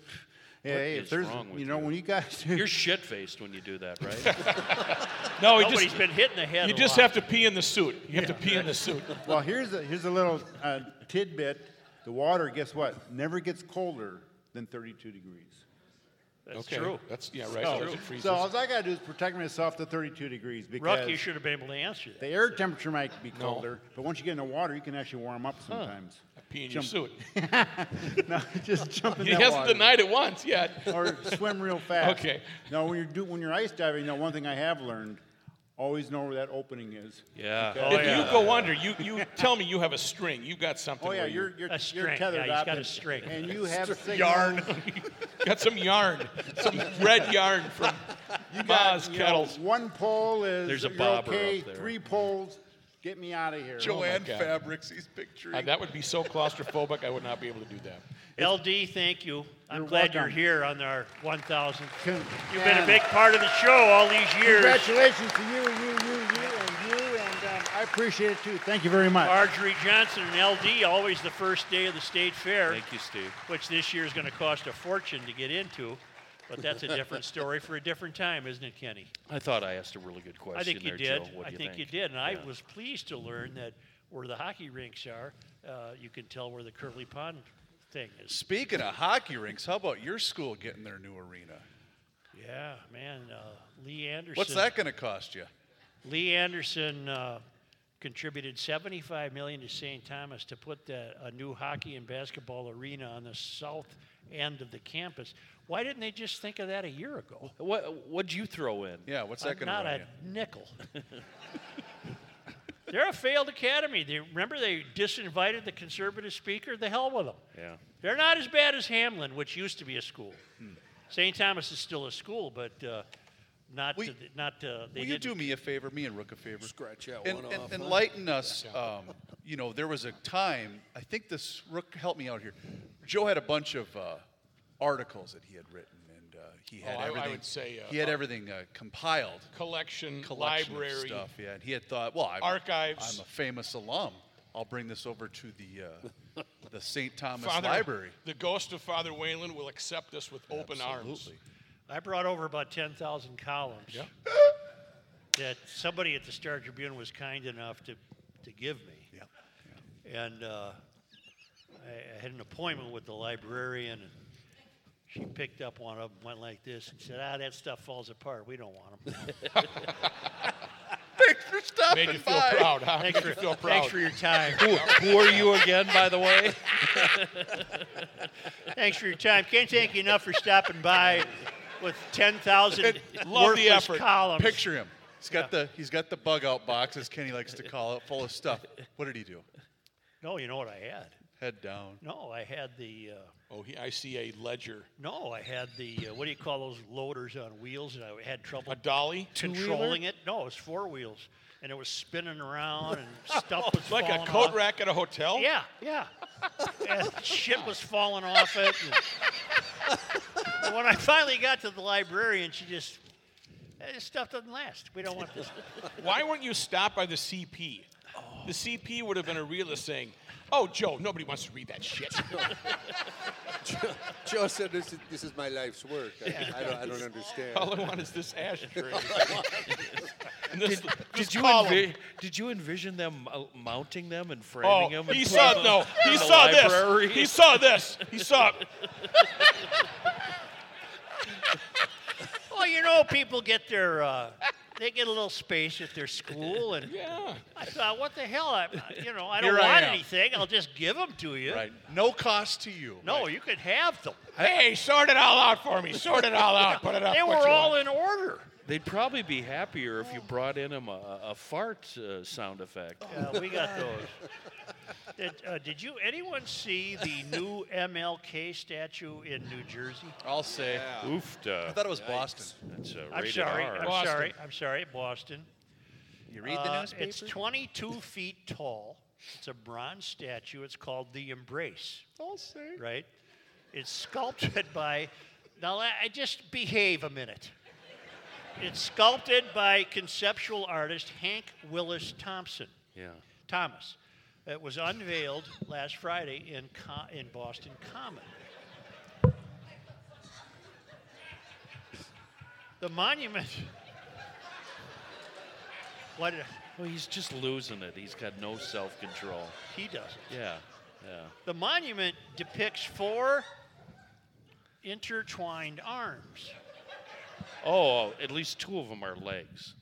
S14: hey, if
S4: is
S14: there's,
S4: wrong with
S14: you know, when you guys, (laughs)
S4: You're shit faced when you do that,
S6: (laughs)
S4: right?
S14: No, he
S4: he's
S14: just- Nobody's been hit in the head
S4: You
S14: a
S4: just
S14: lot.
S4: have
S6: to pee in the suit. You have to pee in the suit.
S14: well, here's a, here's a little uh, tidbit. The water, guess what? Never gets colder than 32 degrees.
S4: That's Okay, true.
S6: that's- yeah, right,
S14: So,
S6: because it
S14: so
S6: freezes.
S14: all I gotta do is protect myself to 32 degrees because
S2: Ruck, you should have been able to answer that.
S14: the air temperature might be colder, but once you get in the water, you can actually warm up sometimes. (laughs)
S6: pee in your suit. (laughs)
S14: no, (laughs) just jump in
S6: He
S14: that
S6: hasn't
S14: water.
S6: denied it
S14: (laughs)
S6: once yet.
S14: or swim real fast.
S6: Okay.
S14: Now, when you're do, when you're ice diving, now one thing I have learned, always know where that opening is.
S4: Yeah.
S14: Okay.
S6: if you go under, you,
S14: (laughs)
S6: you tell me you have a string. You got something.
S14: Oh yeah,
S6: where you-
S14: you're you're, you're tethered up and- and you have signals.
S6: got some yarn, some red yarn from
S14: (laughs) You got,
S6: Ma's
S14: you know,
S6: kettles.
S14: one pole is
S6: There's a
S14: you're
S6: bobber up
S14: okay.
S6: there.
S14: Three poles, get me out of here.
S6: Joanne Oh, my God.
S3: Fabrics, he's picturing.
S6: Uh, that would be so claustrophobic. I would not be able to do that.
S2: LD, thank you. I'm
S6: You're
S2: glad
S6: welcome.
S2: you're here on our 1000th.
S14: Con-
S2: You've been
S14: yeah.
S2: a big part of the show all these years.
S14: Congratulations to you, you, you, you, and you, and um, I appreciate it too. Thank you very much.
S2: Marjorie Johnson and LD, always the first day of the state fair.
S4: Thank you, Steve.
S2: Which this year is going to cost a fortune to get into, but that's a different story for a different time, isn't it, Kenny?
S4: I thought I asked a really good question.
S2: I think you
S4: there,
S2: did.
S4: Joe. What
S2: I
S4: do you
S2: think, you did, and I was pleased to learn that where the hockey rinks are, uh, you can tell where the Curly Pond thing is.
S3: Speaking of hockey rinks, how about your school getting their new arena?
S2: Yeah, man, uh, Lee Anderson.
S3: What's that going to cost you?
S2: Lee Anderson uh, contributed 75 million to St. Thomas to put the, a new hockey and basketball arena on the south end of the campus. Why didn't they just think of that a year ago?
S4: What What'd you throw in?
S3: Yeah, what's
S2: I'm not a nickel. They're a failed academy. They remember they disinvited the conservative speaker. The hell with them.
S4: Yeah.
S2: They're not as bad as Hamlin, which used to be a school. St. Thomas is still a school, but uh, not to the, not to, they
S3: Will you
S2: didn't
S3: do me a favor, me and Rook a favor? Scratch
S8: out
S3: and,
S8: one
S3: and-
S8: off, huh?
S3: Enlighten us. Um, you know, there was a time, I think this, Rook, help me out here. Joe had a bunch of uh, articles that he had written, and uh, he
S6: Oh,
S3: had
S6: I- I
S3: everything.
S6: would say, uh,
S3: he had
S6: uh,
S3: everything uh, compiled.
S6: Collection,
S3: collection of
S6: library.
S3: stuff. Yeah, and he had thought, well, I'm,
S6: Archives.
S3: I'm a famous alum. I'll bring this over to
S6: (laughs)
S3: the uh, the St. Thomas
S6: Father- (laughs)
S3: Library.
S6: The ghost of Father Wayland will accept us with open arms.
S3: Absolutely.
S2: I brought over about 10,000 columns
S3: (laughs)
S2: that somebody at the Star Tribune was kind enough to, to give me. And uh, I, I had an appointment with the librarian, and she picked up one of them, went like this, and said, Ah, that stuff falls apart. We don't
S6: (laughs)
S2: want them.
S3: Thanks for stopping
S6: Made you feel by. proud, huh?
S2: Thanks
S6: Made
S2: for,
S6: you feel
S2: thanks
S6: proud.
S2: for your time.
S4: Who- who are you again, by the
S6: (laughs)
S4: way?
S2: thanks for your time. Can't thank you enough for stopping by with 10,000
S3: Love the
S2: worthless
S3: effort.
S2: columns.
S3: Picture him. He's got the he's got the bug out box, as Kenny likes to call it, full of stuff. What did he do?
S2: No, you know what I had?
S3: Head down.
S2: No, I had the. Uh,
S6: Oh, he, I see a ledger.
S2: No, I had the uh, what do you call those loaders on wheels, and I had trouble
S6: A dolly?
S2: controlling
S6: Two-wheeler?
S2: it. No, it was four wheels, and it was spinning around, and
S6: (laughs)
S2: stuff was
S6: Like a
S2: falling
S6: coat
S2: off.
S6: rack at a
S4: Oh.
S6: hotel?
S2: Yeah, yeah. and shit was falling off it. And when I finally got to the librarian, she just "Eh, this stuff doesn't last. We don't want this.
S6: Why weren't you stopped by the CP? The CP would have been a realist saying, Oh, Joe, nobody wants to read that shit. (laughs)
S8: (laughs)
S15: Joe said, this is, this is my life's work. I, I, don't, I don't understand.
S8: (laughs)
S2: Oh,
S6: All I want is this ashtray. And
S4: Did,
S6: this-
S4: did
S6: this
S4: you
S6: column.
S4: envi- did you envision them uh, mounting them and
S6: Oh,
S4: framing them?
S6: he saw
S4: (laughs)
S6: no. He saw this. He saw this. He saw.
S2: Well, you know, people get their uh, they get a little space at their school, and
S6: yeah.
S2: I thought, what the hell? I, you know, I don't
S4: Here I
S2: want
S4: am.
S2: anything. I'll just give them to you. Right.
S3: No cost to you.
S2: No, you could have them.
S6: Hey, sort it all out for me. Sort it all out. Put it up.
S2: They
S6: what
S2: were
S6: you
S2: all
S6: want.
S2: in order.
S4: They'd probably be happier if you
S6: Oh.
S4: brought in them a, a fart uh, sound effect.
S2: Yeah, we got those. Did, uh, did you anyone see the new MLK statue in New Jersey?
S3: I'll say.
S6: Oh.
S4: Yeah. Oofta.
S3: I thought it was Boston.
S4: That's uh,
S2: I'm
S4: rated
S2: sorry.
S4: R.
S2: I'm
S4: Boston.
S2: sorry. I'm sorry. Boston. Uh,
S3: You read the
S2: It's 22 feet tall. It's a bronze statue. It's called the Embrace.
S3: I'll say.
S2: Right. It's sculpted by. Now, I I just behave a minute. It's sculpted by conceptual artist Hank Willis Thompson.
S4: Yeah.
S2: Thomas. It was unveiled last Friday in, Co- in Boston Common. The monument. What?
S4: Well, he's just losing it. He's got no self control.
S2: He doesn't.
S4: Yeah, yeah.
S2: The monument depicts four intertwined arms.
S4: Oh, at least two of them are legs.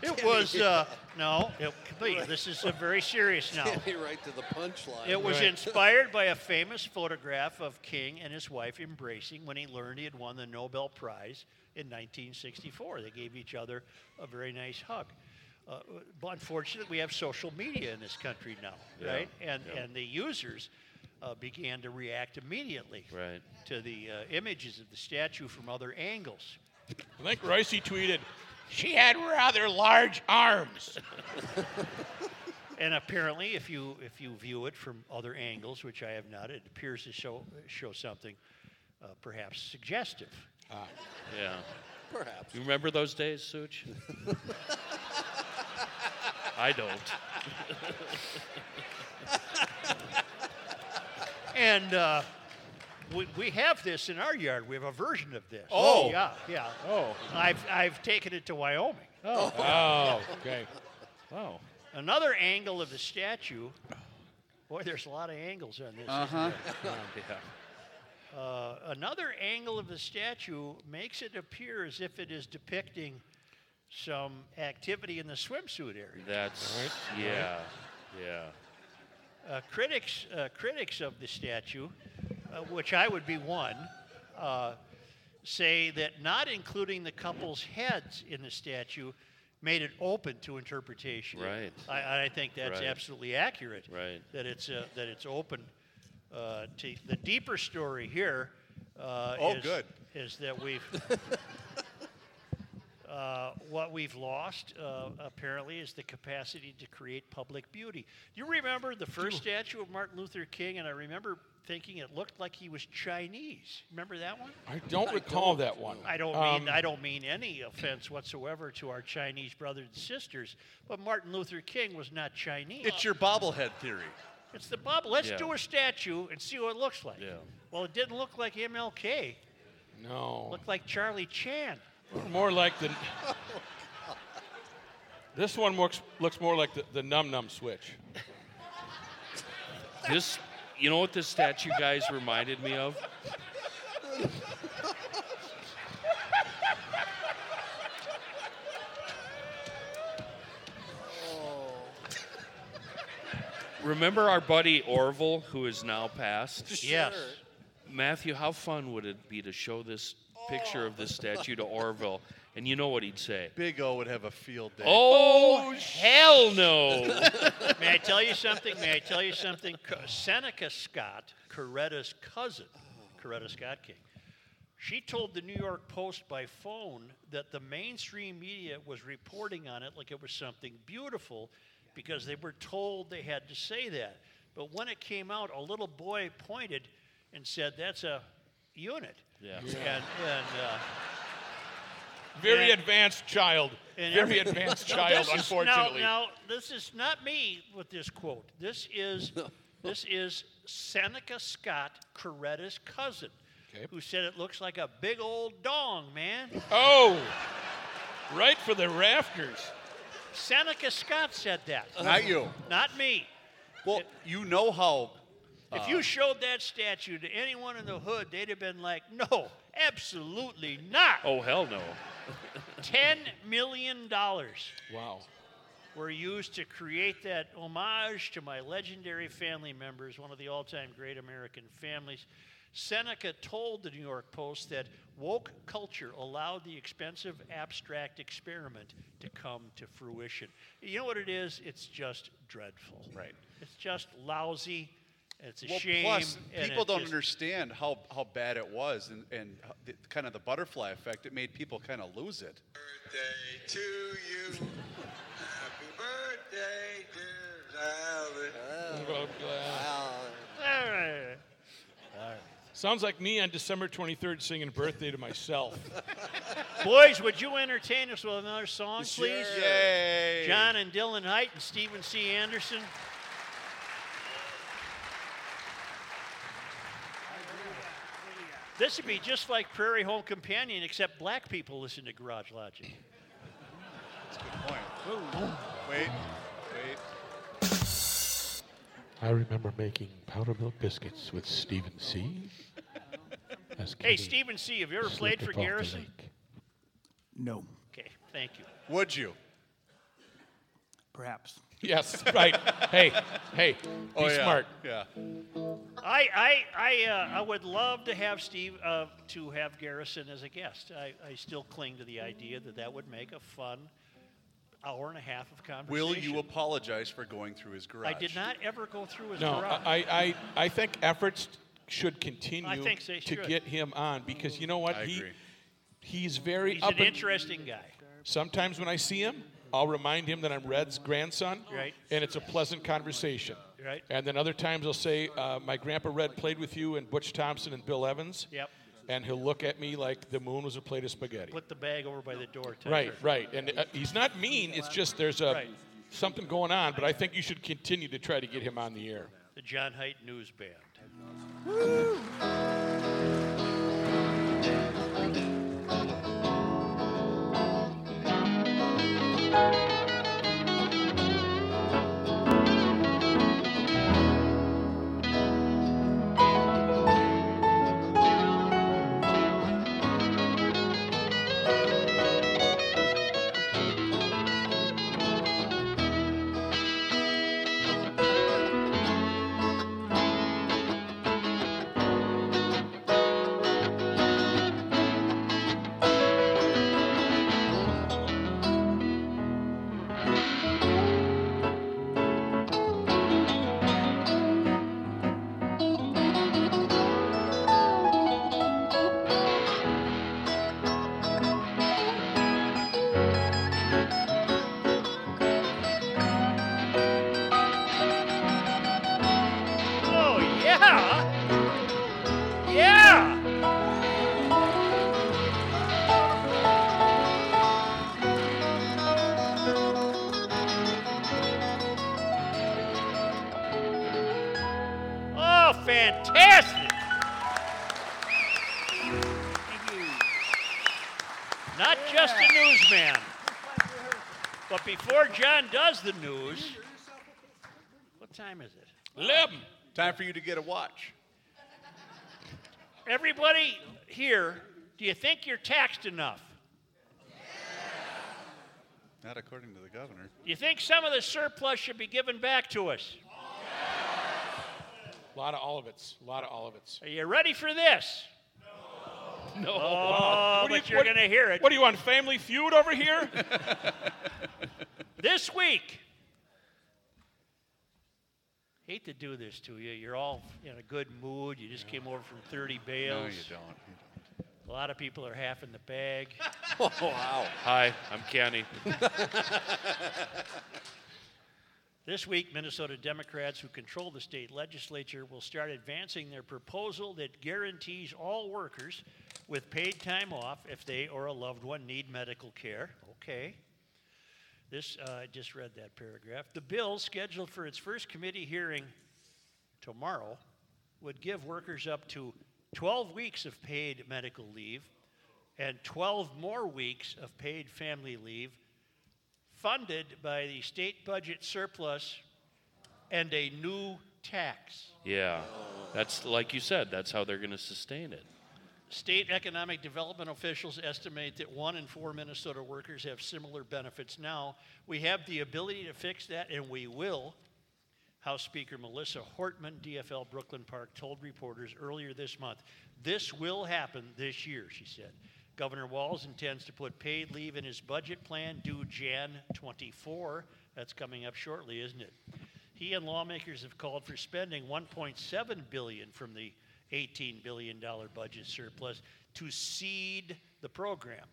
S2: It was uh, no. It, wait, this is uh, very serious now.
S8: Can't be right to the punchline.
S2: It was inspired by a famous photograph of King and his wife embracing when he learned he had won the Nobel Prize in 1964. They gave each other a very nice hug. Uh, but unfortunately, we have social media in this country now,
S4: Yeah,
S2: right? And
S4: yeah.
S2: and the users uh, began to react immediately
S4: Right.
S2: to the uh, images of the statue from other angles.
S16: I think Ricey tweeted, she had rather large arms.
S2: and apparently, if you if you view it from other angles, which I have not, it appears to show show something uh, perhaps suggestive.
S4: Ah. Yeah.
S2: Perhaps.
S4: You remember those days, Such? I don't.
S2: And uh, we, we have this in our yard. We have a version of this.
S4: Oh.
S2: yeah, yeah.
S4: Oh.
S2: I've I've taken it to Wyoming.
S4: Oh. Oh, okay. Wow.
S2: Another angle of the statue. Boy, there's a lot of angles on this. isn't
S4: Uh-huh.
S2: there?
S4: (laughs) Yeah.
S2: Uh, another angle of the statue makes it appear as if it is depicting some activity in the swimsuit area.
S4: That's yeah, yeah.
S2: Uh, critics, uh, critics of the statue, uh, which I would be one, uh, say that not including the couple's heads in the statue made it open to interpretation.
S4: Right.
S2: I, I think that's
S4: Right.
S2: absolutely accurate.
S4: Right.
S2: That it's uh, that it's open uh, to the deeper story here. Uh,
S3: Oh,
S2: is,
S3: good.
S2: Is
S3: (laughs)
S2: that we've uh, what we've lost uh, apparently is the capacity to create public beauty. You remember the first statue of Martin Luther King, and I remember thinking it looked like he was Chinese. Remember that one?
S6: I don't recall that one.
S2: I don't
S6: Um,
S2: mean I don't mean any offense whatsoever to our Chinese brothers and sisters, but Martin Luther King was not Chinese.
S3: It's your bobblehead theory.
S2: It's the bubble. Let's
S3: Yeah.
S2: do a statue and see what it looks like.
S4: Yeah.
S2: Well, it didn't look like MLK.
S6: No.
S2: looked like Charlie Chan.
S6: More like the. This one looks, looks more like the, the num num switch.
S4: This, you know what this statue guys reminded me of? Remember our buddy Orville, who is now passed?
S2: Yes.
S4: Matthew, how fun would it be to show this picture of this statue to Orville? And you know what he'd say?
S3: Big O would have a field day.
S4: Oh, hell no!
S2: May I tell you something? May I tell you something? Co- Seneca Scott, Coretta's cousin, Coretta Scott King, she told the New York Post by phone that the mainstream media was reporting on it like it was something beautiful because they were told they had to say that. But when it came out, a little boy pointed and said, That's a unit.
S4: Yeah.
S2: And, and, uh,
S16: Very
S2: and-
S16: advanced child.
S2: and
S16: Very
S2: every-
S16: advanced
S2: (laughs) Now,
S16: child,
S2: this is- now-
S16: unfortunately.
S2: Now, this is not me with this quote. This is this is Seneca Scott Coretta's cousin, who said it looks like a big old dong, man.
S16: Oh, right for the rafters.
S2: Seneca Scott said that.
S3: Not you.
S2: Not me.
S3: Well, you know how.
S2: If
S3: uh,
S2: you showed that statue to anyone in the hood, they'd have been like, "No, absolutely not."
S4: Oh, hell no.
S2: Ten million dollars.
S6: Wow.
S2: were used to create that homage to my legendary family members, one of the all time great American families. Seneca told the New York Post that woke culture allowed the expensive abstract experiment to come to fruition. You know what it is? It's just dreadful. Right. It's just lousy. It's a
S3: well,
S2: shame.
S3: plus
S2: and
S3: people
S2: it
S3: don't
S2: just-
S3: understand how, how bad it was and, and how- the, kind of the butterfly effect. It made people kind of lose it.
S11: Birthday to you. Happy birthday, dear Violet.
S6: Sounds like me on December 23rd singing birthday to myself.
S2: (laughs) Boys, would you entertain us with another song, please?
S6: Sure. Yay.
S2: John and Dylan Height and Stephen C. Anderson. This would be just like Prairie Home Companion, except black people listen to Garage Logic.
S11: That's a good point. Wait, wait.
S17: I remember making powder milk biscuits with Stephen C. as
S2: Hey,
S6: (laughs)
S17: Kenny
S2: Stephen C., have you ever played
S17: slipped
S2: for
S17: off the
S2: Garrison?
S17: lake.
S18: No.
S2: Okay, thank you.
S3: Would you?
S18: Perhaps.
S6: Yes, right. hey, hey, be
S3: Oh, yeah,
S6: smart.
S3: Yeah.
S2: I I I, uh, I would love to have Steve uh, to have Garrison as a guest. I, I still cling to the idea that that would make a fun hour and a half of conversation.
S3: Will you apologize for going through his garage?
S2: I did not ever go through his
S6: No,
S2: garage.
S6: I, I, I think efforts should continue
S2: I think they
S6: to
S2: should.
S6: get him on because you know what?
S2: I
S6: he
S2: agree.
S6: he's very
S2: He's
S6: up
S2: an
S6: and-
S2: interesting guy.
S6: Sometimes when I see him, I'll remind him that I'm Red's grandson,
S2: Right.
S6: and it's a pleasant conversation.
S2: Right.
S6: And then other times I'll say, uh, "My grandpa Red played with you and Butch Thompson and Bill Evans."
S2: Yep.
S6: And he'll look at me like the moon was a plate of spaghetti.
S2: Put the bag over by the door. Tucker.
S6: Right, right. And uh, he's not mean. It's just there's a something going on. But I think you should continue to try to get him on the air.
S2: The John Height News Band. Oh yeah, yeah. Oh, fantastic! Not just a newsman. But before John does the news, what time is it?
S6: 11.
S3: Time for you to get a watch.
S2: Everybody here, do you think you're taxed enough?
S3: Not according to the governor.
S2: Do you think some of the surplus should be given back to us?
S6: A lot of Olivets. A lot of Olivets.
S2: Are you ready for this?
S6: No.
S2: Oh,
S6: What do
S2: but you're
S6: what-
S2: going to hear it.
S6: What do you want, Family Feud over
S2: (laughs)
S6: here?
S2: This week, hate to do this to you. You're all in a good mood. You just came over from 30 bales.
S3: No, you don't.
S2: A lot of people are half in the bag.
S4: Hi, I'm Kenny.
S2: This week, Minnesota Democrats who control the state legislature will start advancing their proposal that guarantees all workers with paid time off if they or a loved one need medical care. Okay. This, uh, I just read that paragraph. The bill, scheduled for its first committee hearing tomorrow, would give workers up to 12 weeks of paid medical leave and 12 more weeks of paid family leave funded by the state budget surplus and a new tax.
S4: Yeah, that's like you said. That's how they're going to sustain it.
S2: State economic development officials estimate that one in four Minnesota workers have similar benefits now. We have the ability to fix that, and we will. House Speaker Melissa Hortman, DFL Brooklyn Park, told reporters earlier this month this will happen this year, she said. Governor Walls intends to put paid leave in his budget plan due Jan 24. That's coming up shortly, isn't it? He and lawmakers have called for spending 1.7 billion from the 18 billion dollar budget surplus to seed the program,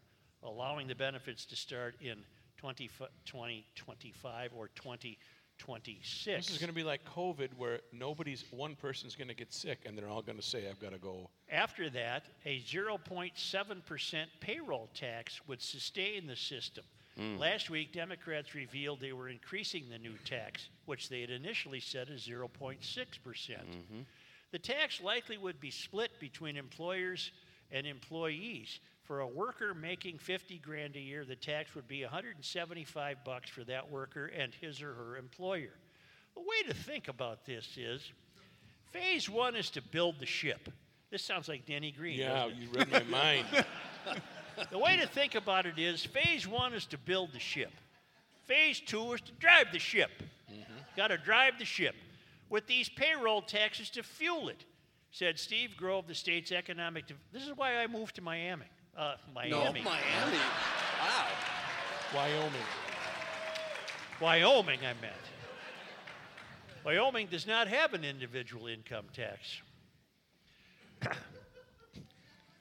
S2: allowing the benefits to start in 20, 2025 or 2026.
S6: This is going to be like COVID, where nobody's one person's going to get sick, and they're all going to say, "I've got to go."
S2: After that, a 0.7% payroll tax would sustain the system.
S6: Hmm.
S2: Last week, Democrats revealed they were increasing the new tax, which they had initially set as 0.6%. The tax likely would be split between employers and employees. For a worker making 50 grand a year, the tax would be 175 bucks for that worker and his or her employer. The way to think about this is phase one is to build the ship. This sounds like Danny Green.
S6: (laughs)
S4: Yeah,
S2: doesn't it?
S4: you read my mind.
S2: the way to think about it is phase one is to build the ship, phase two is to drive the ship. Got to drive the ship with these payroll taxes to fuel it, said Steve Grove, the state's economic. De- this is why I moved to Miami. Uh, Miami.
S8: Miami.
S2: Wow.
S6: Wyoming.
S2: Wyoming, I meant. Wyoming does not have an individual income tax. (coughs)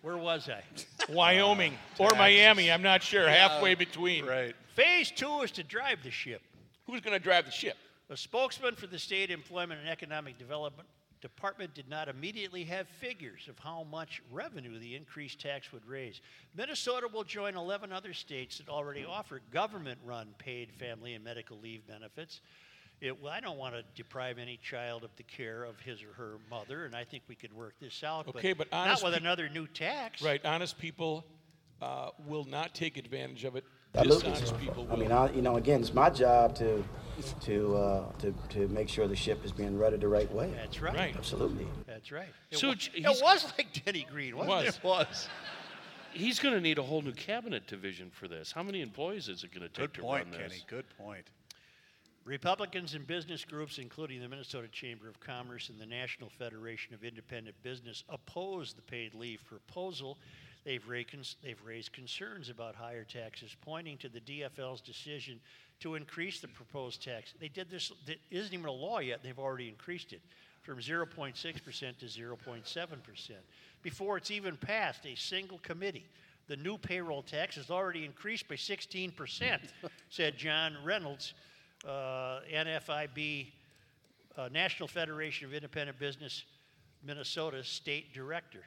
S2: Where was I?
S16: Wyoming
S6: Uh,
S16: or Miami, I'm not sure.
S2: Yeah.
S16: Halfway between.
S3: Right.
S2: Phase two is to drive the ship.
S16: Who's going to drive the ship?
S2: A spokesman for the state employment and economic development department did not immediately have figures of how much revenue the increased tax would raise. Minnesota will join 11 other states that already offer government-run paid family and medical leave benefits. It, well, I don't want to deprive any child of the care of his or her mother, and I think we could work this out.
S6: Okay, but
S2: not
S6: honest
S2: with
S6: peop-
S2: another new tax.
S6: Right, honest people uh, will not take advantage of it. Dishonest
S18: Absolutely.
S6: people will.
S18: I mean, I, you know, again, it's my job to, to, uh, to, to make sure the ship is being ruddered the right way.
S2: That's right. Right.
S18: Absolutely.
S2: That's right. It,
S4: So
S2: wa-
S4: j-
S2: it
S4: he's-
S2: was like Denny Green, wasn't it? It was.
S4: He's going to need a whole new cabinet division for this. How many employees is it going to take
S2: Good
S4: to
S2: point,
S4: run this?
S2: Kenny.
S3: Good point.
S2: Republicans and business groups, including the Minnesota Chamber of Commerce and the National Federation of Independent Business, oppose the paid leave proposal. They've, ra- cons- they've raised concerns about higher taxes, pointing to the DFL's decision to increase the proposed tax. They did this, it isn't even a law yet, they've already increased it from 0.6% to 0.7%. Before it's even passed a single committee, the new payroll tax has already increased by 16%, said John Reynolds, uh, NFIB, uh, National Federation of Independent Business, Minnesota State Director.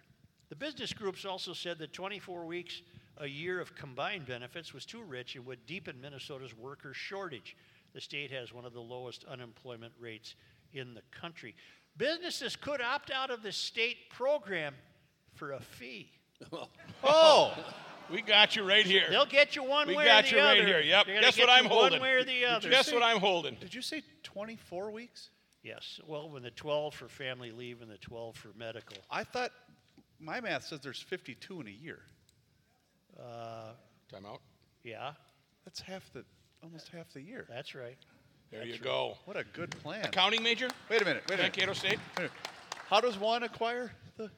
S2: The business groups also said that 24 weeks a year of combined benefits was too rich and would deepen Minnesota's worker shortage. The state has one of the lowest unemployment rates in the country. Businesses could opt out of the state program for a fee.
S16: Oh, we got you right here.
S2: They'll get you one
S16: we
S2: way or
S16: got
S2: the
S16: you right
S2: other.
S16: here. Yep.
S2: They're gonna
S16: Guess
S2: get
S16: what I'm
S2: you
S16: holding.
S2: One way or the other.
S16: Guess what I'm holding.
S3: Did you say 24 weeks?
S2: Yes. Well, when the 12 for family leave and the 12 for medical.
S3: I thought my math says there's 52 in a year.
S2: Uh,
S6: Time out.
S2: yeah,
S3: That's half the, almost half the year.
S2: that's right.
S6: There you go.
S3: What a good plan.
S16: Accounting major?
S3: Wait a minute. Wait a minute.
S16: Mankato State?
S3: Wait a minute. How does one acquire the?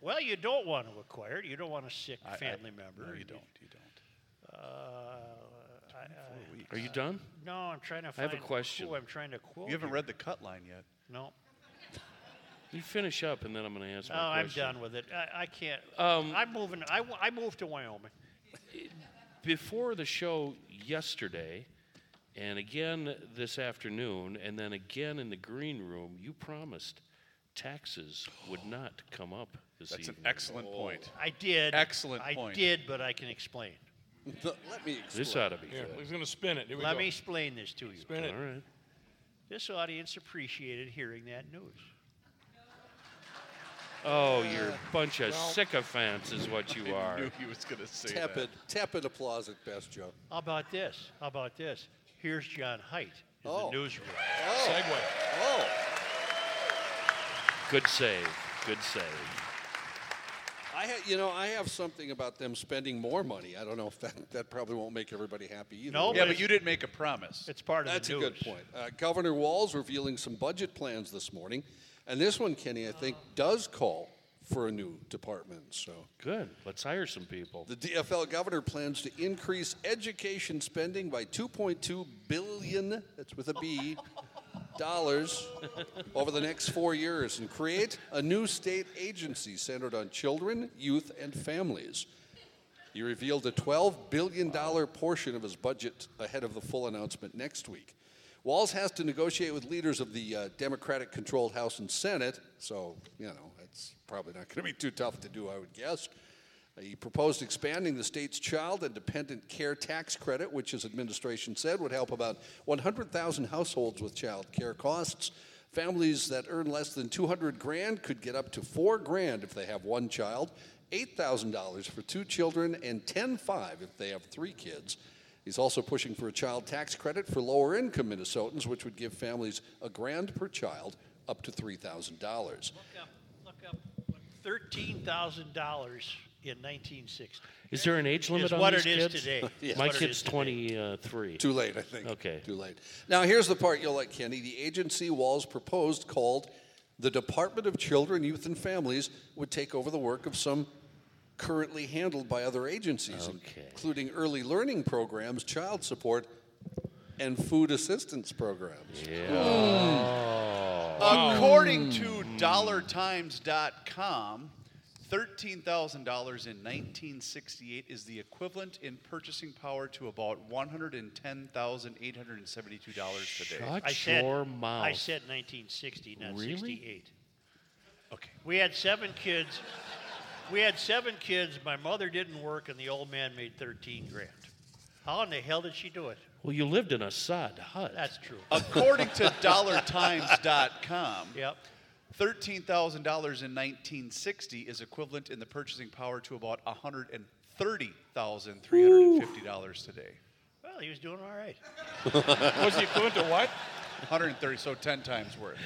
S2: Well, you don't want to acquire it. You don't want a sick
S3: I- I-
S2: family member.
S3: no, you
S2: don't.
S3: You don't.
S2: Uh, I- I-
S4: Are you done?
S2: No, I'm trying to
S4: I have
S2: find
S4: a question.
S2: who I'm trying to quote.
S3: Oh, You haven't
S2: here.
S3: read the cut line yet.
S2: No.
S4: You finish up, and then I'm going to ask.
S2: No,
S4: my
S2: I'm
S4: question.
S2: done with it. I, I can't.
S4: Um,
S2: I'm moving. I, w- I moved to Wyoming.
S4: before the show yesterday and again this afternoon and then again in the green room you promised taxes would not come up this
S3: That's an
S4: evening
S3: excellent point.
S2: I did.
S3: Excellent
S2: I
S3: point.
S2: did, but I can explain.
S8: Let me
S4: this ought to be
S6: Here,
S4: good
S6: he's going to spin it. Here we
S2: Let
S6: go.
S2: me explain this to you.
S6: Spin it.
S4: all right
S2: This audience appreciated hearing that news.
S4: oh you're a bunch of
S2: Well-
S4: sycophants is what
S2: (laughs)
S4: you
S3: I knew
S4: are
S3: he was going to say that.
S8: Tepid, tepid applause at best, Joe.
S2: How about this? How about this? Here's John Haidt in
S8: Oh.
S2: the newsroom.
S8: Oh,
S6: Segway.
S8: oh.
S4: good save good save
S8: I ha- you know, I have something about them spending more money. I don't know if that, that probably won't make everybody happy either.
S2: No,
S8: Well,
S3: Yeah, but you didn't make a promise.
S2: It's part of
S8: That's
S2: the
S8: a
S2: news.
S8: good point. Uh, Governor Walls revealing some budget plans this morning, and this one, Kenny, I think, does call for a new department. So
S4: good let's hire some people
S8: the DFL governor plans to increase education spending by 2.2 billion. That's with a B. Dollars over the next four years and create a new state agency centered on children, youth, and families. He revealed a $12 billion portion of his budget ahead of the full announcement next week. Walls has to negotiate with leaders of the uh, Democratic controlled House and Senate, so, you know, it's probably not going to be too tough to do, I would guess. Uh, He proposed expanding the state's child and dependent care tax credit, which his administration said would help about 100,000 households with child care costs. Families that earn less than 200 grand could get up to four grand if they have one child, $8,000 for two children, and 10,5 if they have three kids. He's also pushing for a child tax credit for lower income Minnesotans, which would give families a grand per child up to $3,000.
S2: Thirteen thousand dollars in nineteen sixty.
S4: Is there an age limit
S2: Is
S4: on
S2: what
S4: these
S2: it is
S4: kids? (laughs)
S2: today. Yes.
S4: My
S2: What it
S4: kid's
S2: is
S4: 23.
S8: Too late, I think.
S4: Okay.
S8: Too late. Now, here's the part you'll like, Kenny. The agency Walls proposed, called the Department of Children, Youth, and Families, would take over the work of some currently handled by other agencies, including early learning programs, child support, and food assistance programs.
S3: Oh.
S11: According
S8: Hmm.
S11: to DollarTimes.com, thirteen thousand dollars in nineteen sixty-eight is the equivalent in purchasing power to about one hundred and ten thousand eight hundred and seventy-two dollars today.
S2: I said, I said 1960, not
S11: Really?
S2: 68. Okay. We had seven kids. We had seven kids. My mother didn't work, and the old man made 13 grand. How in the hell did she do it?
S4: Well, you lived in a sod hut.
S2: That's true.
S11: According
S8: (laughs)
S11: to DollarTimes.com,
S2: yep.
S11: thirteen thousand dollars in nineteen sixty is equivalent in the purchasing power to about one hundred and thirty thousand three hundred and fifty dollars today.
S2: Well, he was doing all right.
S11: What's the equivalent to what? 130, so 10 times worth.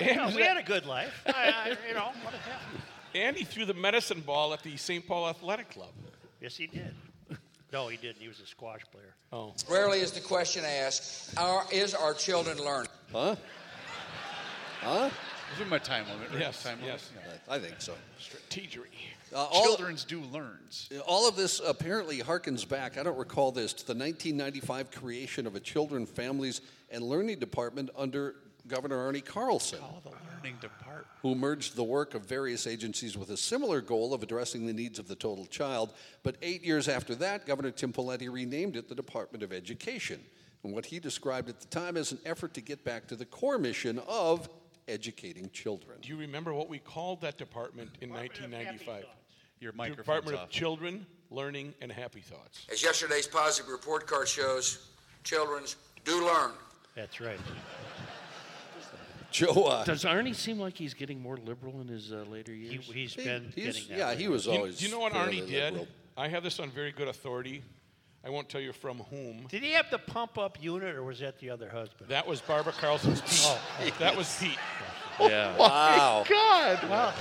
S2: Yeah, we had a good life. I, I, you know, what the hell?
S16: And he threw the medicine ball at the St. Paul Athletic Club.
S2: Yes, he did. No, he didn't. He was a squash player.
S16: Oh.
S19: Rarely is the question asked, are, is our children learning?
S8: Huh? Huh?
S11: Is my time limit? Right?
S8: Yes,
S11: Time limit?
S8: yes. I think so.
S11: Strategery.
S8: Uh, all-
S11: Children's do learns.
S8: All of this apparently harkens back, I don't recall this, to the 1995 creation of a Children, Families, and Learning Department under Governor Arnie Carlson,
S11: Learning depart.
S8: who merged the work of various agencies with a similar goal of addressing the needs of the total child. But eight years after that, Governor Tim Pawlenty renamed it the Department of Education, and what he described at the time as an effort to get back to the core mission of educating children.
S6: Do you remember what we called that department in 1995?
S11: Your
S19: microphone's
S6: Department of
S19: off.
S6: Children, Learning, and Happy Thoughts.
S19: As yesterday's positive report card shows, children's do learn.
S2: That's right.
S8: Joe, uh,
S4: Does Arnie seem like he's getting more liberal in his uh, later years? He,
S2: has
S8: been he's- getting that yeah, way. he was
S6: Do you-
S8: always
S6: Do you know what
S8: fairly
S6: Arnie did?
S8: liberal.
S6: I have this on very good authority. I won't tell you from whom.
S2: Did he have the pump up unit, or was that the other husband?
S6: That was Barbara Carlson's Pete. that was Pete.
S4: Yeah.
S8: (laughs)
S11: Wow.
S2: God.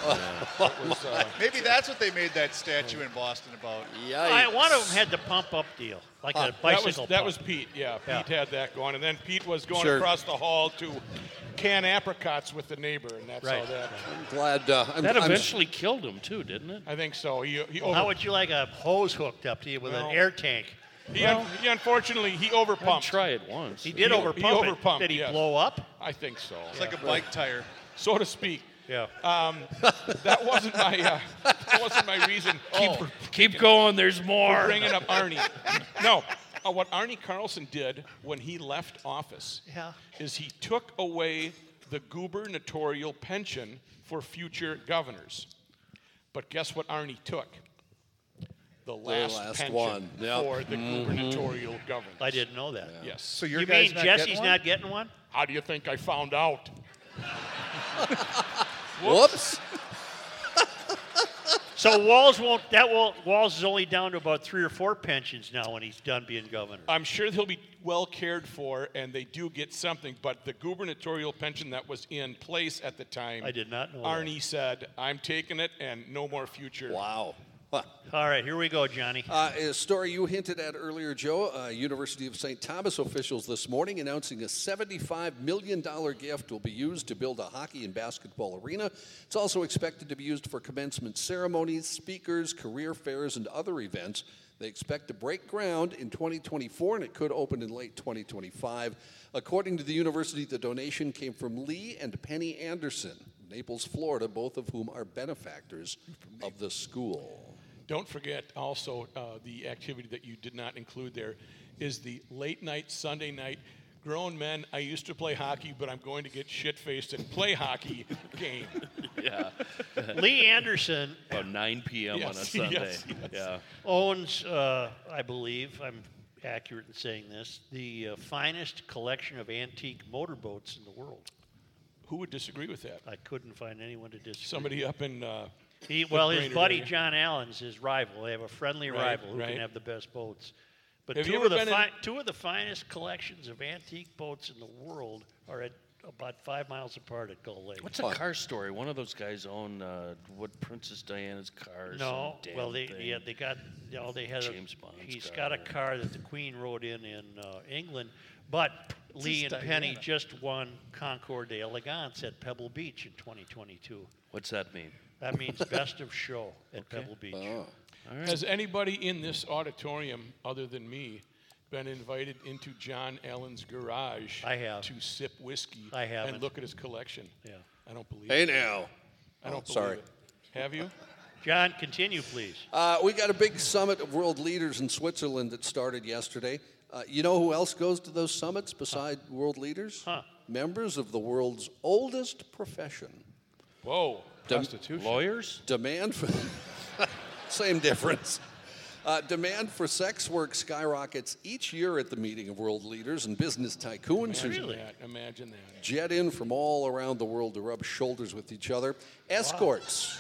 S6: uh,
S11: Maybe that's what they made that statue in Boston about.
S2: I, one of them had the pump up deal, like a bicycle.
S6: That was, that was
S2: pump.
S6: Pete. Yeah, Pete
S2: Yeah.
S6: had that going, and then Pete was going
S8: Sure.
S6: across the hall to can apricots with the neighbor, and that's
S2: Right.
S6: all that.
S8: I'm glad. Uh, I'm,
S4: that
S8: I'm-
S4: eventually killed him too, didn't it?
S6: I think so. He, he
S2: How would you like a hose hooked up to you with
S6: Well,
S2: an air tank?
S6: He, un- he unfortunately he overpumped.
S4: Try it once.
S2: He did
S6: He-
S2: overpump.
S6: he
S2: it.
S6: overpumped,
S2: Did he
S6: yes.
S2: blow up?
S6: I think so.
S11: It's like a bike tire.
S6: so to speak.
S2: Yeah.
S6: Um, that wasn't my uh, (laughs) that wasn't my reason. Oh.
S4: Keep-
S6: for
S4: keep going, there's
S6: for
S4: more.
S6: bringing up Arnie. No, uh, what Arnie Carlson did when he left office
S2: Yeah.
S6: is he took away the gubernatorial pension for future governors. But guess what Arnie took? The last,
S8: last
S6: pension
S8: one, yep.
S6: for the
S8: Mhm.
S6: gubernatorial governors.
S2: I didn't know that.
S6: Yes.
S11: So
S2: your You guy's mean not Jesse's getting one? not getting one?
S6: How do you think I found out?
S8: Whoops.
S2: So Walls won't. That will Walls is only down to about three or four pensions now when he's done being governor.
S6: I'm sure they'll be well cared for, and they do get something. But the gubernatorial pension that was in place at the time,
S2: I did not know that.
S6: Arnie said, "I'm taking it, and no more future."
S8: Wow.
S2: All right, here we go, (laughs) Johnny.
S8: Uh, a story you hinted at earlier, Joe. Uh, University of St. Thomas officials this morning announcing a $75 million gift will be used to build a hockey and basketball arena. It's also expected to be used for commencement ceremonies, speakers, career fairs, and other events. They expect to break ground in 2024, and it could open in late 2025. According to the university, the donation came from Lee and Penny Anderson, Naples, Florida, both of whom are benefactors of the school.
S6: Don't forget also uh, the activity that you did not include there is the late night Sunday night. Grown men, I used to play hockey, but I'm going to get shit faced and play hockey (laughs) game.
S4: Yeah.
S2: Lee Anderson
S4: About 9 p.m. on a
S3: (laughs)
S6: Yes,
S4: Sunday.
S6: yes, yes.
S4: Yeah.
S2: owns, uh, I believe, I'm accurate in saying this, the uh, finest collection of antique motorboats in the world.
S6: Who would disagree with that?
S2: I couldn't find anyone to disagree.
S6: Somebody up in. Uh,
S2: He, well, his
S6: Brainerd
S2: buddy
S6: area.
S2: John Allen's his rival. They have a friendly
S6: Right,
S2: rival who
S6: right.
S2: can have the best boats. But
S6: Have you
S2: two
S6: ever
S2: of, the
S6: been in-
S2: fi- two of the finest collections of antique boats in the world are at about five miles apart at Gull Lake.
S4: What's a car story? One of those guys owned uh, what Princess Diana's car. or
S2: No,
S4: some damn
S2: well, they
S4: thing.
S2: yeah they got you know, they had
S4: James
S2: a,
S4: Bond's
S2: He's
S4: car.
S2: got a car that the Queen rode in in uh, England, but Lee and
S4: Princess
S2: Penny
S4: Diana.
S2: just won Concours d'Elegance at Pebble Beach in 2022.
S4: What's that mean?
S2: That means best of show at
S4: Okay.
S2: Pebble Beach.
S6: Has anybody in this auditorium, other than me, been invited into John Allen's garage?
S2: I have.
S6: to sip whiskey.
S2: I haven't.
S6: and look at his collection.
S2: Yeah.
S6: I don't believe.
S8: Hey
S6: it.
S8: now.
S6: I don't
S8: Oh, sorry.
S6: believe it. Have you?
S2: John, continue, please.
S8: Uh, we got a big summit of world leaders in Switzerland that started yesterday. Uh, you know who else goes to those summits beside world leaders?
S2: Huh.
S8: Members of the world's oldest profession.
S6: Whoa.
S8: Dem-
S6: Prostitution.
S4: Lawyers?
S8: Demand for. (laughs) Same difference. Uh, demand for sex work skyrockets each year at the meeting of world leaders and business tycoons who
S6: Imagine that. Imagine that.
S8: jet in from all around the world to rub shoulders with each other. Escorts.